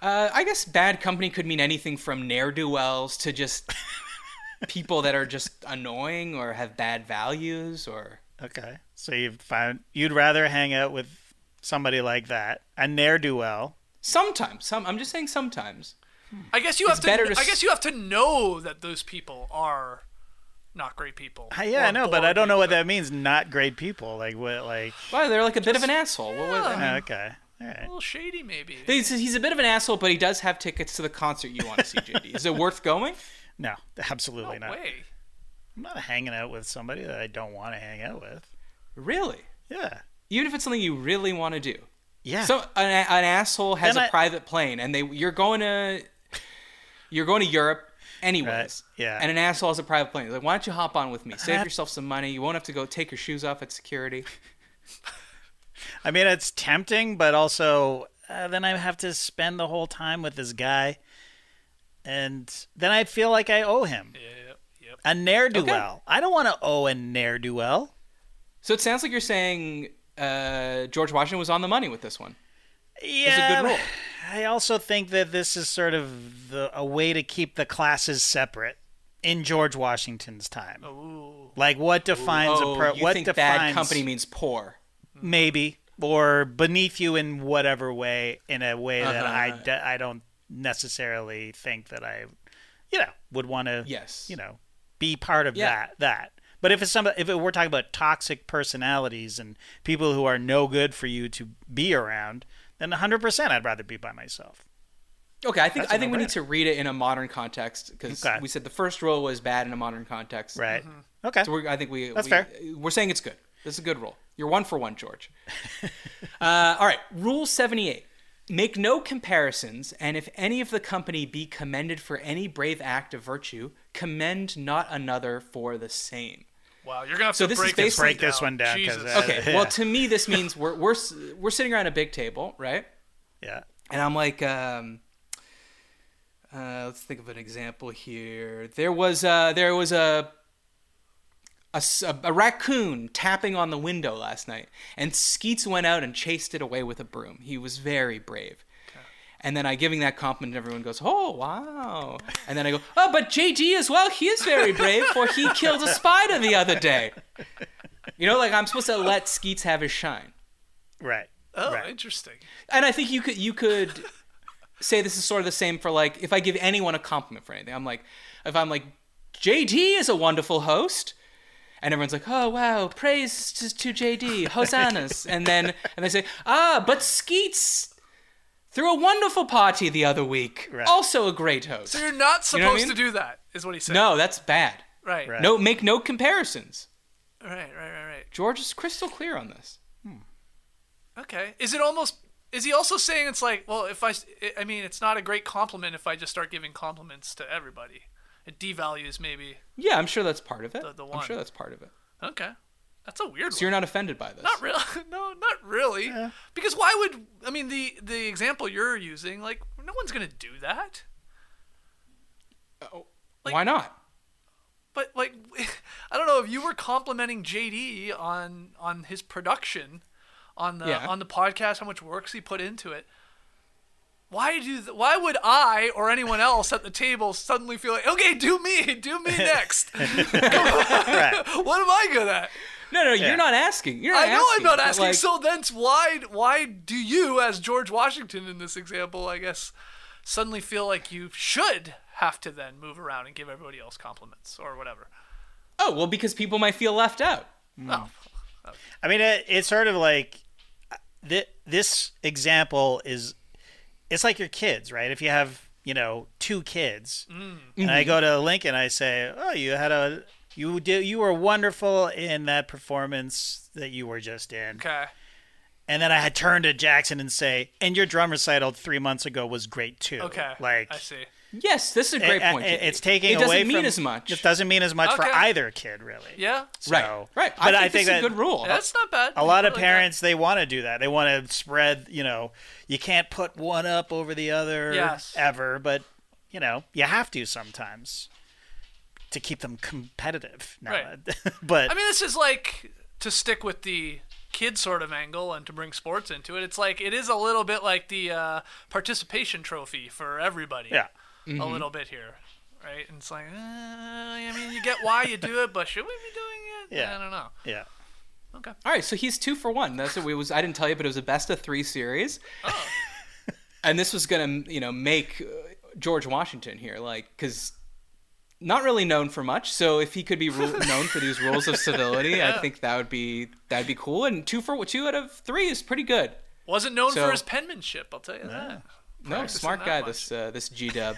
S1: Uh, I guess bad company could mean anything from ne'er do wells to just people that are just annoying or have bad values or.
S2: Okay. So you found you'd rather hang out with somebody like that, a ne'er do well.
S1: Sometimes, some I'm just saying sometimes.
S3: I guess you have
S1: better
S3: to.
S1: to
S3: I
S1: s-
S3: guess you have to know that those people are not great people.
S2: Uh, Yeah,
S3: or
S2: I know, but I
S3: bored
S2: don't know what that means. Not great people. Like what? Like
S1: Well, they're like a bit of an asshole. What was- I mean,
S2: okay, all right.
S3: people. A little shady, maybe.
S1: he's, he's a bit of an asshole, but he does have tickets to the concert you want to see, JD. Is it worth going?
S2: No, (laughs) absolutely
S3: no
S2: not.
S3: way.
S2: I'm not hanging out with somebody that I don't want to hang out with.
S1: Really?
S2: Yeah.
S1: Even if it's something you really want to do.
S2: Yeah.
S1: So an, an asshole has
S2: Then
S1: a
S2: I-
S1: private plane, and they you're going to you're going to Europe anyways.
S2: Right, yeah.
S1: And an asshole has a private plane. Like, why don't you hop on with me? Save
S2: That-
S1: yourself some money. You won't have to go take your shoes off at security.
S2: I mean, it's tempting, but also uh, then I have to spend the whole time with this guy, and then I feel like I owe him
S3: Yep, yep.
S2: a ne'er do well. I don't want to owe a ne'er do well.
S1: So it sounds like you're saying uh, uh, George Washington was on the money with this one.
S2: Yeah,
S1: good rule.
S2: (sighs) I also think that this is sort of the, a way to keep the classes separate in George Washington's time. Like what defines
S1: Oh,
S2: a pro-
S1: you
S2: what
S1: think
S2: defines
S1: bad company means poor?
S2: maybe or beneath you in whatever way in a way that
S1: Uh-huh.
S2: I, d- I don't necessarily think that I you know would want to
S1: Yes.
S2: you know be part of
S1: Yeah.
S2: that that but if it's some if it, we're talking about toxic personalities and people who are no good for you to be around then 100% I'd rather be by myself
S1: Okay, I think
S2: That's a
S1: I think we need
S2: no-brainer.
S1: to read it in a modern context because
S2: Okay.
S1: we said the first rule was bad in a modern context.
S2: right okay
S1: So we're, I think we
S2: That's
S1: we,
S2: fair.
S1: We're saying it's good. This is a good rule. You're one for one, George. (laughs) uh, all right, rule seventy eight. Make no comparisons, and if any of the company be commended for any brave act of virtue, commend not another for the same.
S3: Wow, you're gonna have
S1: So
S3: to
S1: this is
S3: break,
S1: basically-
S2: Break this one down, 'cause,
S3: Jesus.
S2: uh,
S1: Okay,
S2: Yeah.
S1: well, to me, this means we're we're s- we're sitting around a big table, right?
S2: yeah
S1: And I'm like, um, uh, let's think of an example here. There was a, there was a, a s- a- a raccoon tapping on the window last night, and Skeets went out and chased it away with a broom. He was very brave. And then I giving that compliment, and everyone goes, "Oh wow!" And then I go, "Oh, but JD as well. He is very brave, for he killed a spider the other day." You know, like I'm supposed to let Skeets have his shine
S2: right
S3: oh,
S2: right
S3: interesting.
S1: and I think you could you could say this is sort of the same for like if I give anyone a compliment for anything. I'm like if I'm like JD is a wonderful host, and everyone's like, oh wow, praise to, to JD, hosannas, and then and they say, ah, but Skeets threw a wonderful party the other week,
S2: Right.
S1: also a great host.
S3: So you're not supposed
S1: know what I
S3: to do that, is what he said.
S1: No, that's bad.
S2: Right.
S3: Right. Right.
S1: No, make no comparisons.
S3: Right. Right. Right. Right.
S1: George is crystal clear on this.
S3: Okay. Is it almost? Is he also saying it's like, well, if I, s- I- I mean, it's not a great compliment if I just start giving compliments to everybody. It devalues maybe.
S1: Yeah, I'm sure that's part of it.
S3: The- the
S1: I'm
S3: one.
S1: sure that's part of it.
S3: Okay. That's a weird
S1: So you're
S3: one.
S1: not offended by this.
S3: Not really. (laughs) No, not really. Because why would I mean the the example you're using? Like, no one's gonna do that.
S1: Why not?
S3: But like, (laughs) I don't know if you were complimenting JD on on his production, on the
S1: Yeah.
S3: on the podcast, how much works he put into it. Why do? Th- why would I or anyone else at the table suddenly feel like, okay, do me, do
S1: (laughs)
S3: me next? (laughs) what am
S2: right
S3: I good at?
S1: No, no,
S2: Yeah.
S1: you're not asking. You're not
S3: I know I'm
S1: asking,
S3: not
S1: but,
S3: asking.
S1: like,
S3: so then, why why do you, as George Washington in this example, I guess, suddenly feel like you should have to then move around and give everybody else compliments or whatever?
S1: oh well, because people might feel left out.
S3: Oh,
S2: I mean, it, it's sort of like th- this example is it's like your kids, right? If you have, you know, two kids, and
S1: Mm-hmm.
S2: I go to Lincoln, I say, "Oh, you had a you did you were wonderful in that performance that you were just in,"
S3: okay.
S2: and then I had turned to Jackson and say, "And your drum recital three months ago was great too."
S3: Okay.
S2: like
S3: I see.
S1: Yes, this is a
S2: it-
S1: great
S2: it-
S1: point.
S2: it's
S1: JD.
S2: taking
S1: It doesn't
S2: away
S1: mean
S2: from-
S1: as much.
S2: It doesn't mean as much for
S3: Okay.
S2: either kid, really.
S3: Yeah.
S1: right,
S2: So-
S1: right.
S2: but
S1: I think,
S2: I think
S1: this is a
S2: that-
S1: good rule.
S3: That's not bad.
S2: a lot
S3: I
S2: of
S3: like
S2: parents they want to do that they want to spread you know you can't put one up over the other
S3: Yes.
S2: ever but you know you have to sometimes to keep them competitive now
S3: Right.
S2: (laughs) but
S3: that. I mean, this is like to stick with the kid sort of angle and to bring sports into it. It's like it is a little bit like the uh, participation trophy for everybody.
S2: yeah
S3: A
S1: Mm-hmm.
S3: little bit here, right? And it's like, uh, I mean, you get why you do it, but should we be doing it?
S2: Yeah.
S3: I don't know.
S2: yeah
S3: Okay.
S1: All right, so he's two for one. That's what we was. I didn't tell you, but it was a best of three series. Oh. and this was gonna, you know, make uh, George Washington here, like, because not really known for much. So if he could be ru- known for these rules of civility, I think that would be that'd be cool. And two for two out of three is pretty good.
S3: Wasn't known
S1: So-
S3: for his penmanship. I'll tell you that.
S1: No, smart
S3: that
S1: guy.
S3: much.
S1: This uh, this G Dub.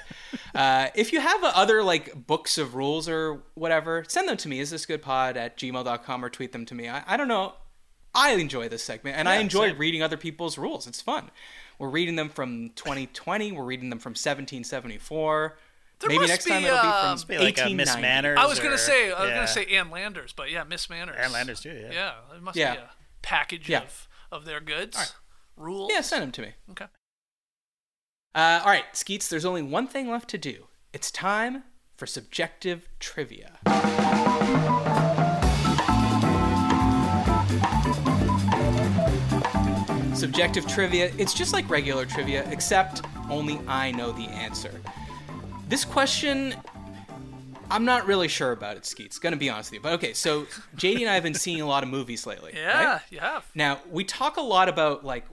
S1: uh, if you have uh, other like books of rules or whatever, send them to me. Is this good pod at gmail.com or tweet them to me? I, I don't know. I enjoy this segment and I enjoy reading other people's rules. It's fun. We're reading them from 2020. We're reading them from 1774.
S3: There
S1: Maybe
S3: must
S1: next time
S3: be,
S1: it'll be
S3: um,
S1: from
S3: Must
S2: be like a
S1: 1890.
S2: miss manners
S3: I was
S2: or-
S3: gonna say. I was
S2: yeah.
S3: gonna say Ann Landers, but yeah, Miss Manners.
S2: and landers too yeah,
S3: Yeah. It must
S1: Yeah.
S3: be a package
S1: Yeah.
S3: of of their goods. Rules.
S1: Yeah, send them to me.
S3: Okay.
S1: Uh, all right, Skeets. There's only one thing left to do. It's time for subjective trivia. subjective trivia. It's just like regular trivia, except only I know the answer. This question, I'm not really sure about it, Skeets, gonna be honest with you. But okay, so JD and I have been seeing a lot of movies lately.
S3: (laughs) Yeah,
S1: right?
S3: you have.
S1: Now, we talk a lot about like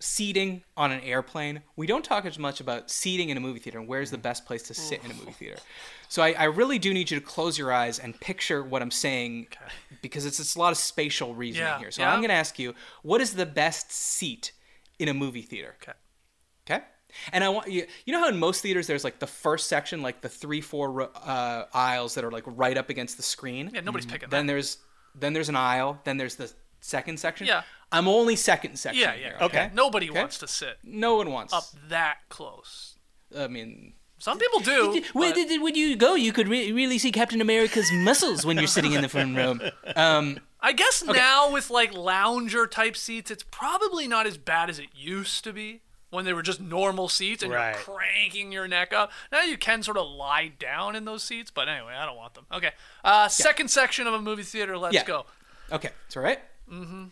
S1: seating on an airplane. We don't talk as much about seating in a movie theater and where's
S3: Mm.
S1: the best place to sit in a movie theater. So I, I really do need you to close your eyes and picture what I'm saying because it's, it's a lot of spatial reasoning
S3: Yeah,
S1: here. So
S3: yeah.
S1: I'm going to ask you, what is the best seat in a movie theater?
S3: Okay.
S1: Okay. And I want you. You know how in most theaters there's like the first section, like the three, four ro- uh, aisles that are like right up against the screen.
S3: Yeah, nobody's picking
S1: Mm, Then there's then there's an aisle. Then there's the second section.
S3: Yeah.
S1: I'm only second section.
S3: Yeah,
S1: here,
S3: yeah.
S1: okay.
S3: Nobody
S1: Okay.
S3: wants to sit
S1: No one wants.
S3: up that close.
S1: I mean.
S3: Some people do.
S1: Where
S3: but-
S1: did, when you go, you could re- really see Captain (laughs) America's muscles when you're sitting in the front row.
S3: I guess now with like lounger type seats, it's probably not as bad as it used to be when they were just normal seats and
S2: Right.
S3: you're cranking your neck up. Now you can sort of lie down in those seats, but anyway, I don't want them. Okay. Uh, second section of a movie theater. Let's
S1: Yeah.
S3: go.
S1: Okay, it's all right. Mm-hmm.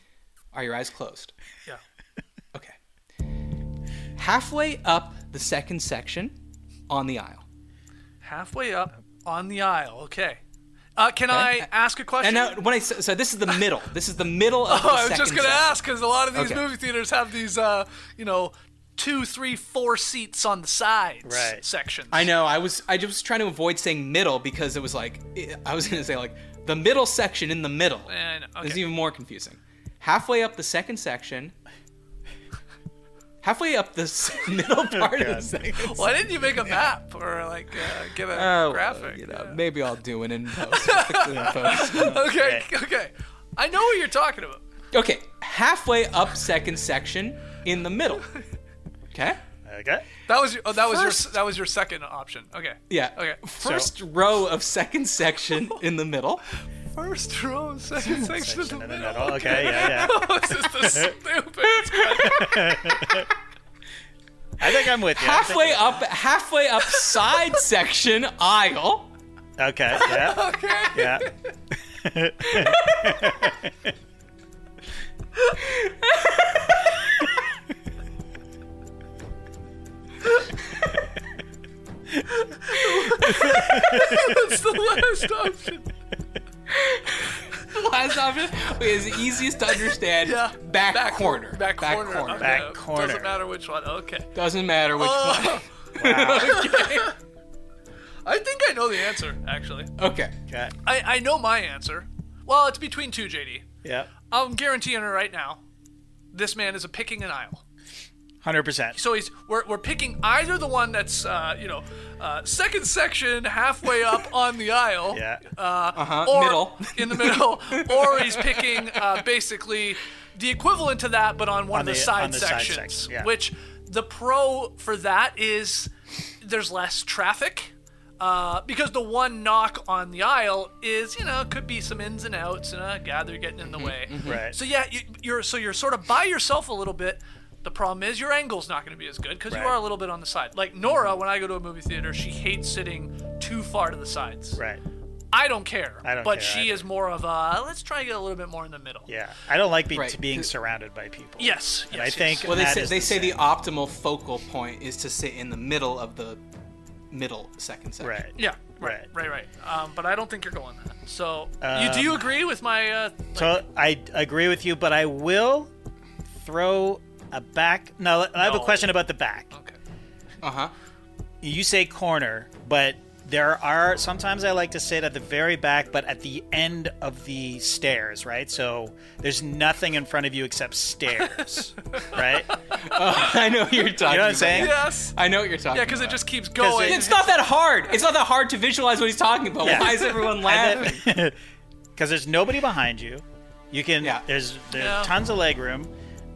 S1: Are your eyes closed?
S3: Yeah.
S1: Okay. Halfway up the second section, on the aisle.
S3: Halfway up on the aisle. Okay. Uh, can I ask a
S1: And
S3: question?
S1: uh, now, when I so, so this is the middle. This is the middle (laughs) of the
S3: Oh, (laughs) I was
S1: second
S3: just gonna
S1: section.
S3: ask because a lot of these
S1: Okay.
S3: movie theaters have these, uh, you know, two, three, four seats on the sides
S2: Right.
S3: sections.
S1: I know. I was. I just was trying to avoid saying middle because it was like I was gonna say like the middle section in the middle.
S3: And
S1: It's
S3: Eh, okay.
S1: even more confusing. Halfway up the second section. Halfway up the s- (laughs) middle part of the second.
S3: (laughs) Why didn't you make a map or like uh, give a
S1: Oh,
S3: graphic?
S1: you know, maybe I'll do an in post. I'll fix it in post.
S3: (laughs)
S1: (laughs)
S3: Okay, okay. I know what you're talking about.
S1: Okay, halfway up second section in the middle. Okay.
S2: Okay.
S3: That was your, oh, that was your
S1: First-
S3: that was your second option. Okay.
S1: Yeah.
S3: Okay.
S1: First row of second section in the
S3: (laughs)
S1: middle.
S3: First
S1: (laughs)
S3: row, second section of the
S2: And then
S3: middle.
S2: that all- Okay. Yeah. Yeah.
S3: (laughs) This is the stupidest.
S2: I think I'm with you. I think-
S1: halfway up, halfway up side section aisle.
S2: Okay. Yeah.
S3: (laughs) (laughs) Okay.
S2: Yeah.
S3: That's the last option.
S1: Last option is the easiest to understand.
S3: Yeah.
S1: Back, corner.
S3: Back, corner. okay.
S2: Back corner.
S3: Doesn't matter which one. Okay.
S1: Doesn't matter which
S3: Uh,
S2: Wow.
S1: one.
S3: (laughs)
S1: Okay.
S3: I think I know the answer actually.
S1: okay.
S2: Okay.
S3: I I know my answer. Well, it's between two, JD.
S2: Yeah.
S3: I'm guaranteeing it right now. This man is a picking an aisle.
S2: Hundred percent.
S3: So he's we're, we're picking either the one that's uh, you know uh, second section halfway up on the aisle,
S2: (laughs) Yeah.
S1: Uh-huh.
S3: or
S1: Middle.
S3: (laughs) in the middle, or he's picking uh, basically the equivalent to that, but on one of the,
S2: the-
S3: side
S2: on the side
S3: sections.
S2: section, yeah.
S3: Which the pro for that is there's less traffic. Uh, because the one knock on the aisle is, you know, could be some ins and outs, and uh, God, they're getting in
S2: Mm-hmm,
S3: the way.
S2: Right.
S3: So yeah, you, you're so you're sort of by yourself a little bit. The problem is your angle's not going to be as good because you
S2: Right.
S3: are a little bit on the side. Like Nora, when I go to a movie theater, she hates sitting too far to the sides.
S2: Right.
S3: I don't care.
S2: I don't
S3: but
S2: care
S3: she
S2: either.
S3: is more of a let's try and get a little bit more in the middle.
S2: Yeah. I don't like be-
S1: Right.
S2: to being surrounded by people.
S3: Yes.
S2: And
S3: yes,
S2: I
S3: yes.
S2: think
S1: Well, they
S2: That
S1: say
S2: is
S1: they
S2: the
S1: say the
S2: same.
S1: optimal focal point is to sit in the middle of the middle second section.
S2: Right.
S3: Yeah. Right. Right. Right. Um, but I don't think you're going that. So you
S2: Um,
S3: do you agree with my? Uh,
S2: So I agree with you, but I will throw a back. No, I have a
S3: No.
S2: question about the back.
S3: okay.
S1: Uh huh.
S2: You say corner, but there are sometimes I like to sit at the very back, but at the end of the stairs, right? So there's nothing in front of you except
S3: (laughs)
S2: stairs, right?
S1: (laughs) I know what you're talking.
S2: You know what I'm
S1: about.
S2: saying?
S3: Yes.
S1: I know what you're talking.
S3: Yeah, because it
S1: about.
S3: just keeps going.
S1: It's not that hard. It's not that hard to visualize what he's talking about.
S2: Yeah.
S1: Why is
S2: (laughs)
S1: everyone laughing?
S2: Because there's nobody behind you. You can
S1: Yeah.
S2: there's there's
S3: Yeah.
S2: tons of leg room,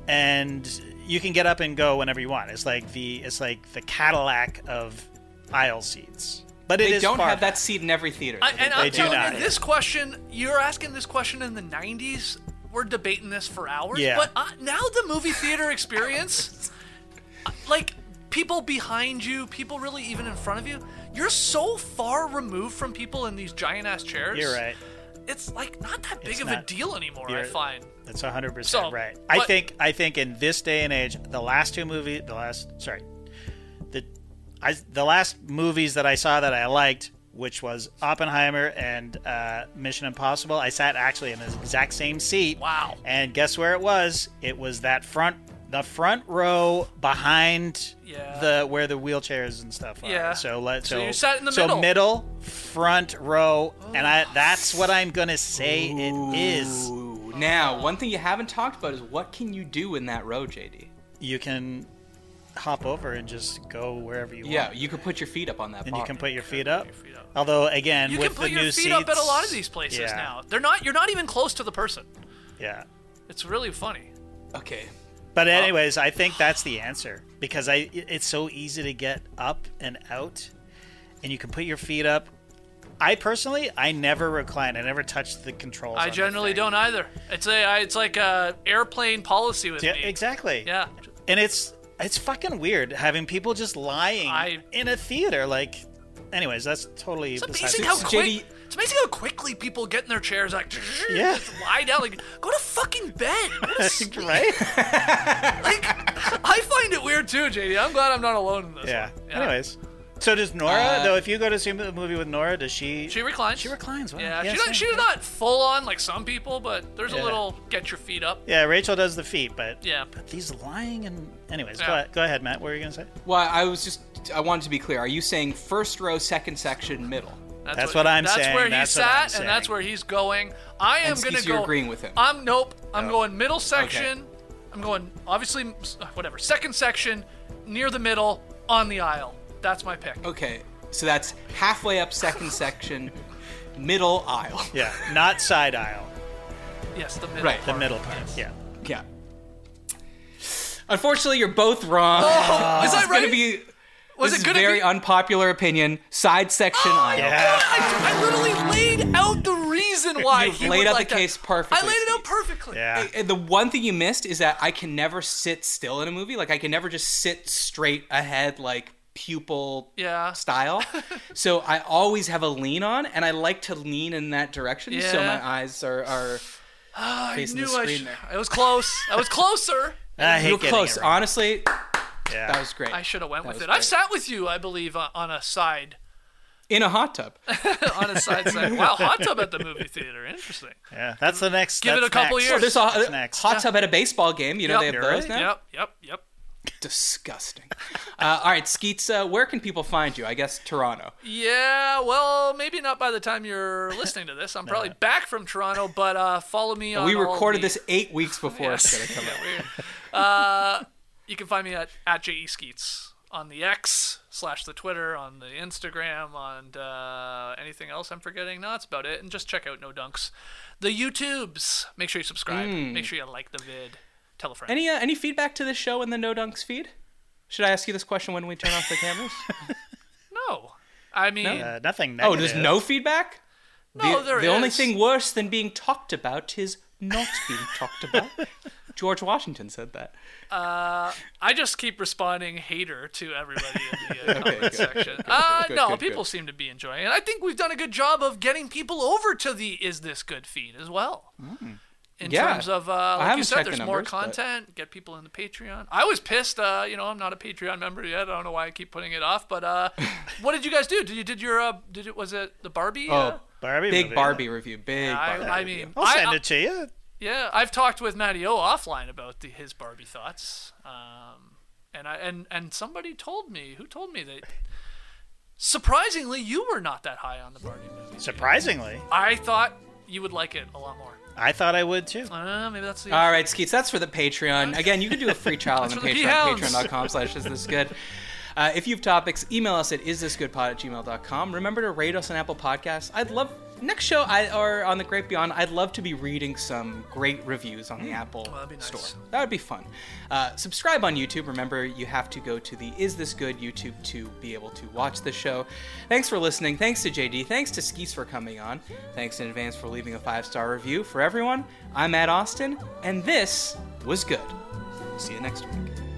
S2: and you can get up and go whenever you want. It's like the it's like the Cadillac of aisle seats, but it
S1: They
S2: is
S1: don't
S2: far
S1: have that seat in every theater.
S3: I, and
S2: They
S3: I'm
S2: do
S3: telling
S2: not.
S3: you, this question, you're asking this question in the 90s. We're debating this for hours.
S2: Yeah.
S3: But uh, now the movie theater experience, (laughs) uh, like people behind you, people really even in front of you, you're so far removed from people in these giant ass chairs.
S2: You're right.
S3: it's like not that big
S2: It's
S3: of a
S2: not-
S3: deal anymore. I
S2: you're-
S3: find
S2: That's 100%
S3: So,
S2: right. I
S3: what-
S2: think I think in this day and age, the last two movies, the last sorry. The I the last movies that I saw that I liked, which was Oppenheimer and uh, Mission Impossible, I sat actually in the exact same seat.
S3: Wow.
S2: And guess where it was? It was that front the front row behind
S3: Yeah.
S2: the where the wheelchairs and stuff are.
S3: Yeah.
S2: So let
S3: So you sat in the
S2: so
S3: middle.
S2: middle front row and I that's what I'm going to say it is.
S1: Ooh. Now, one thing you haven't talked about is what can you do in that row, JD?
S2: you can hop over and just go wherever you
S1: Yeah,
S2: want.
S1: you could put your feet up on that.
S2: And you
S1: bar.
S2: can put your feet up.
S3: feet up.
S2: Although again,
S3: you
S2: with
S3: can put
S2: the
S3: your
S2: new
S3: feet up at a lot of
S2: seats-
S3: these places
S2: yeah,
S3: now. They're not. You're not even close to the person.
S2: Yeah.
S3: It's really funny.
S1: Okay.
S2: But anyways, I think that's the answer because I it- it's so easy to get up and out, and you can put your feet up. I personally, I never recline. I never touch the controls. on
S3: I
S2: the
S3: generally
S2: thing.
S3: don't either. It's a. I- It's like a airplane policy with
S2: Yeah,
S3: me.
S2: exactly.
S3: Yeah.
S2: And it's it's fucking weird having people just lying
S3: I-
S2: in a theater. Like, anyways, that's totally.
S3: It's
S2: besides
S3: amazing
S2: the
S3: how
S2: point.
S1: Sid-
S3: quick.
S1: JD
S3: It's amazing how quickly people get in their chairs like. (laughs)
S2: Yeah.
S3: just Lie down like. Go to fucking bed. Go to
S2: (laughs)
S3: sleep. (laughs)
S2: right.
S3: like, I find it weird too, JD. I'm glad I'm not alone in this.
S2: Yeah.
S3: one.
S2: Anyways, so does Nora
S1: Uh,
S2: though? If you go to see a movie with Nora, does she?
S3: She reclines.
S2: She reclines. Wow.
S3: Yeah,
S2: yeah
S3: she not,
S2: same.
S3: she's not full on like some people, but there's
S2: Yeah.
S3: a little get your feet up.
S2: Yeah, Rachel does the feet, but
S3: Yeah.
S2: but these lying and anyways,
S3: Yeah.
S2: go, ahead- go ahead, Matt. What were you gonna say?
S1: Well, I was just I wanted to be clear. Are you saying first row, second section, middle?
S2: That's what I'm
S3: that's
S2: saying,
S3: Where he
S2: that's what I'm
S3: sat,
S2: saying.
S3: and that's where he's going. I am
S1: And
S3: gonna
S1: Skeets, you're
S3: go.
S1: agreeing with him.
S3: I'm nope. I'm going middle section. I'm going obviously s- whatever second section, near the middle on the aisle. That's my pick.
S1: Okay. So that's halfway up second section, middle
S3: (laughs)
S1: aisle.
S2: Yeah, not side aisle,
S3: Yes, the middle.
S1: Right, the
S2: the
S3: part.
S2: middle part.
S3: Yes.
S2: Yeah.
S1: Yeah. Unfortunately, you're both wrong.
S3: Is that
S1: Uh, it's
S3: Oh, right?
S1: gonna be
S3: Was
S1: this
S3: it
S1: is
S3: gonna
S1: very
S3: be- Oh,
S1: unpopular opinion. Side section aisle.
S2: Yeah.
S3: I, I literally laid out
S1: (laughs)
S3: the reason why
S1: You've
S3: he
S1: laid
S3: would
S1: out
S3: like
S1: the
S3: that.
S1: case perfectly,
S3: I laid it out
S1: Skeets.
S3: perfectly.
S2: Yeah.
S1: And the one thing you missed is that I can never sit still in a movie. Like I can never just sit straight ahead, like pupil
S3: Yeah. (laughs)
S1: style. so I always have a lean on, and I like to lean in that direction. So
S3: Yeah.
S1: my eyes are are
S3: I
S1: facing
S3: knew
S1: the
S3: I
S1: screen
S3: sh-
S1: there.
S3: I was close.
S1: (laughs)
S3: I was closer.
S2: I hate
S1: Real
S2: getting
S1: close.
S2: It wrong.
S1: Honestly,
S3: Ah,
S2: yeah.
S1: that was great.
S3: I should have went
S1: That
S3: with
S1: was
S3: it.
S1: great.
S3: I've sat with you, I believe, uh, on a side
S1: in a hot
S3: (laughs)
S1: tub.
S3: on a side side. Wow, hot tub at the movie theater. Interesting.
S2: yeah. That's the next.
S3: Give it
S2: that's
S3: a couple
S2: next.
S3: years.
S1: There's a
S2: What's next?
S1: hot tub at a baseball game. You know
S3: Yep.
S1: they have
S3: You're
S1: those
S2: right.
S1: now.
S3: Yep, yep, yep.
S1: Disgusting. uh, all right, Skeets. Uh, where can people find you? I guess Toronto.
S3: Yeah, well, maybe not by the time you're listening to this. I'm probably back from Toronto, but uh, follow me on.
S1: We
S3: all
S1: recorded
S3: the-
S1: this eight weeks
S3: (laughs)
S1: before it's
S3: Yes.
S1: gonna come out.
S3: Yeah, we're- uh, you can find me at, at JE Skeets on the X slash the Twitter, on the Instagram, on uh, anything else I'm forgetting. No, that's about it. And just check out No Dunks. The YouTubes. Make sure you subscribe. Make sure you like the vid. Tell a friend.
S1: Hmm. Any uh, any feedback to this show in the No Dunks feed? Should I ask you this question when we turn off the
S3: (laughs)
S1: cameras?
S3: no. I mean,
S2: Uh, nothing.
S1: oh,
S2: Negative.
S1: there's no feedback.
S3: No,
S1: the,
S3: there
S1: The only
S3: is.
S1: thing worse than being talked about is not being (laughs) talked about. George Washington said that.
S3: I just keep responding hater to everybody in the uh, comment
S1: good,
S3: section. uh,
S1: good,
S3: no,
S1: good,
S3: people seem to be enjoying it. I think we've done a good job of getting people over to the Is This Good feed as well. In
S1: Mm. Yeah.
S3: terms of, uh, like you
S1: haven't
S3: said,
S1: checked
S3: there's
S1: the
S3: more
S1: numbers, but-
S3: content, get people in the Patreon. I was pissed, uh, you know, I'm not a Patreon member yet. I don't know why I keep putting it off, but
S1: (laughs)
S3: uh, what did you guys do? Did you, did your, uh, did it, was it the Barbie? uh,
S1: Oh,
S2: Barbie.
S1: big
S2: movie.
S1: Barbie review. Big.
S3: I,
S1: Barbie
S3: I
S1: review.
S3: mean,
S2: I'll
S3: I-
S2: send
S3: I-
S2: it to you.
S3: yeah, I've talked with Matty O offline about the, his Barbie thoughts, um, and I and and somebody told me who told me that surprisingly you were not that high on the Barbie movie.
S2: Surprisingly,
S3: I thought you would like it a lot more.
S2: I thought I would too.
S3: Uh, maybe that's the
S1: All right, Skeets, that's for the Patreon. Again, you can do a free trial on
S3: (laughs) That's
S1: the
S3: for the
S1: Patreon,
S3: Peahounds.
S1: patreon.com slash is this good. Uh, if you have topics, email us at isthisgoodpod at gmail.com. Remember to rate us on Apple Podcasts. I'd love, next show I, or on The Great Beyond, I'd love to be reading some great reviews on the Apple
S3: Mm. that'd be nice.
S1: Store. That would be fun. Uh, subscribe on YouTube. Remember, you have to go to the Is This Good YouTube to be able to watch the show. Thanks for listening. Thanks to JD. Thanks to Skeets for coming on. Thanks in advance for leaving a five star review. For everyone, I'm Matt Austin, and this was good. See you next week.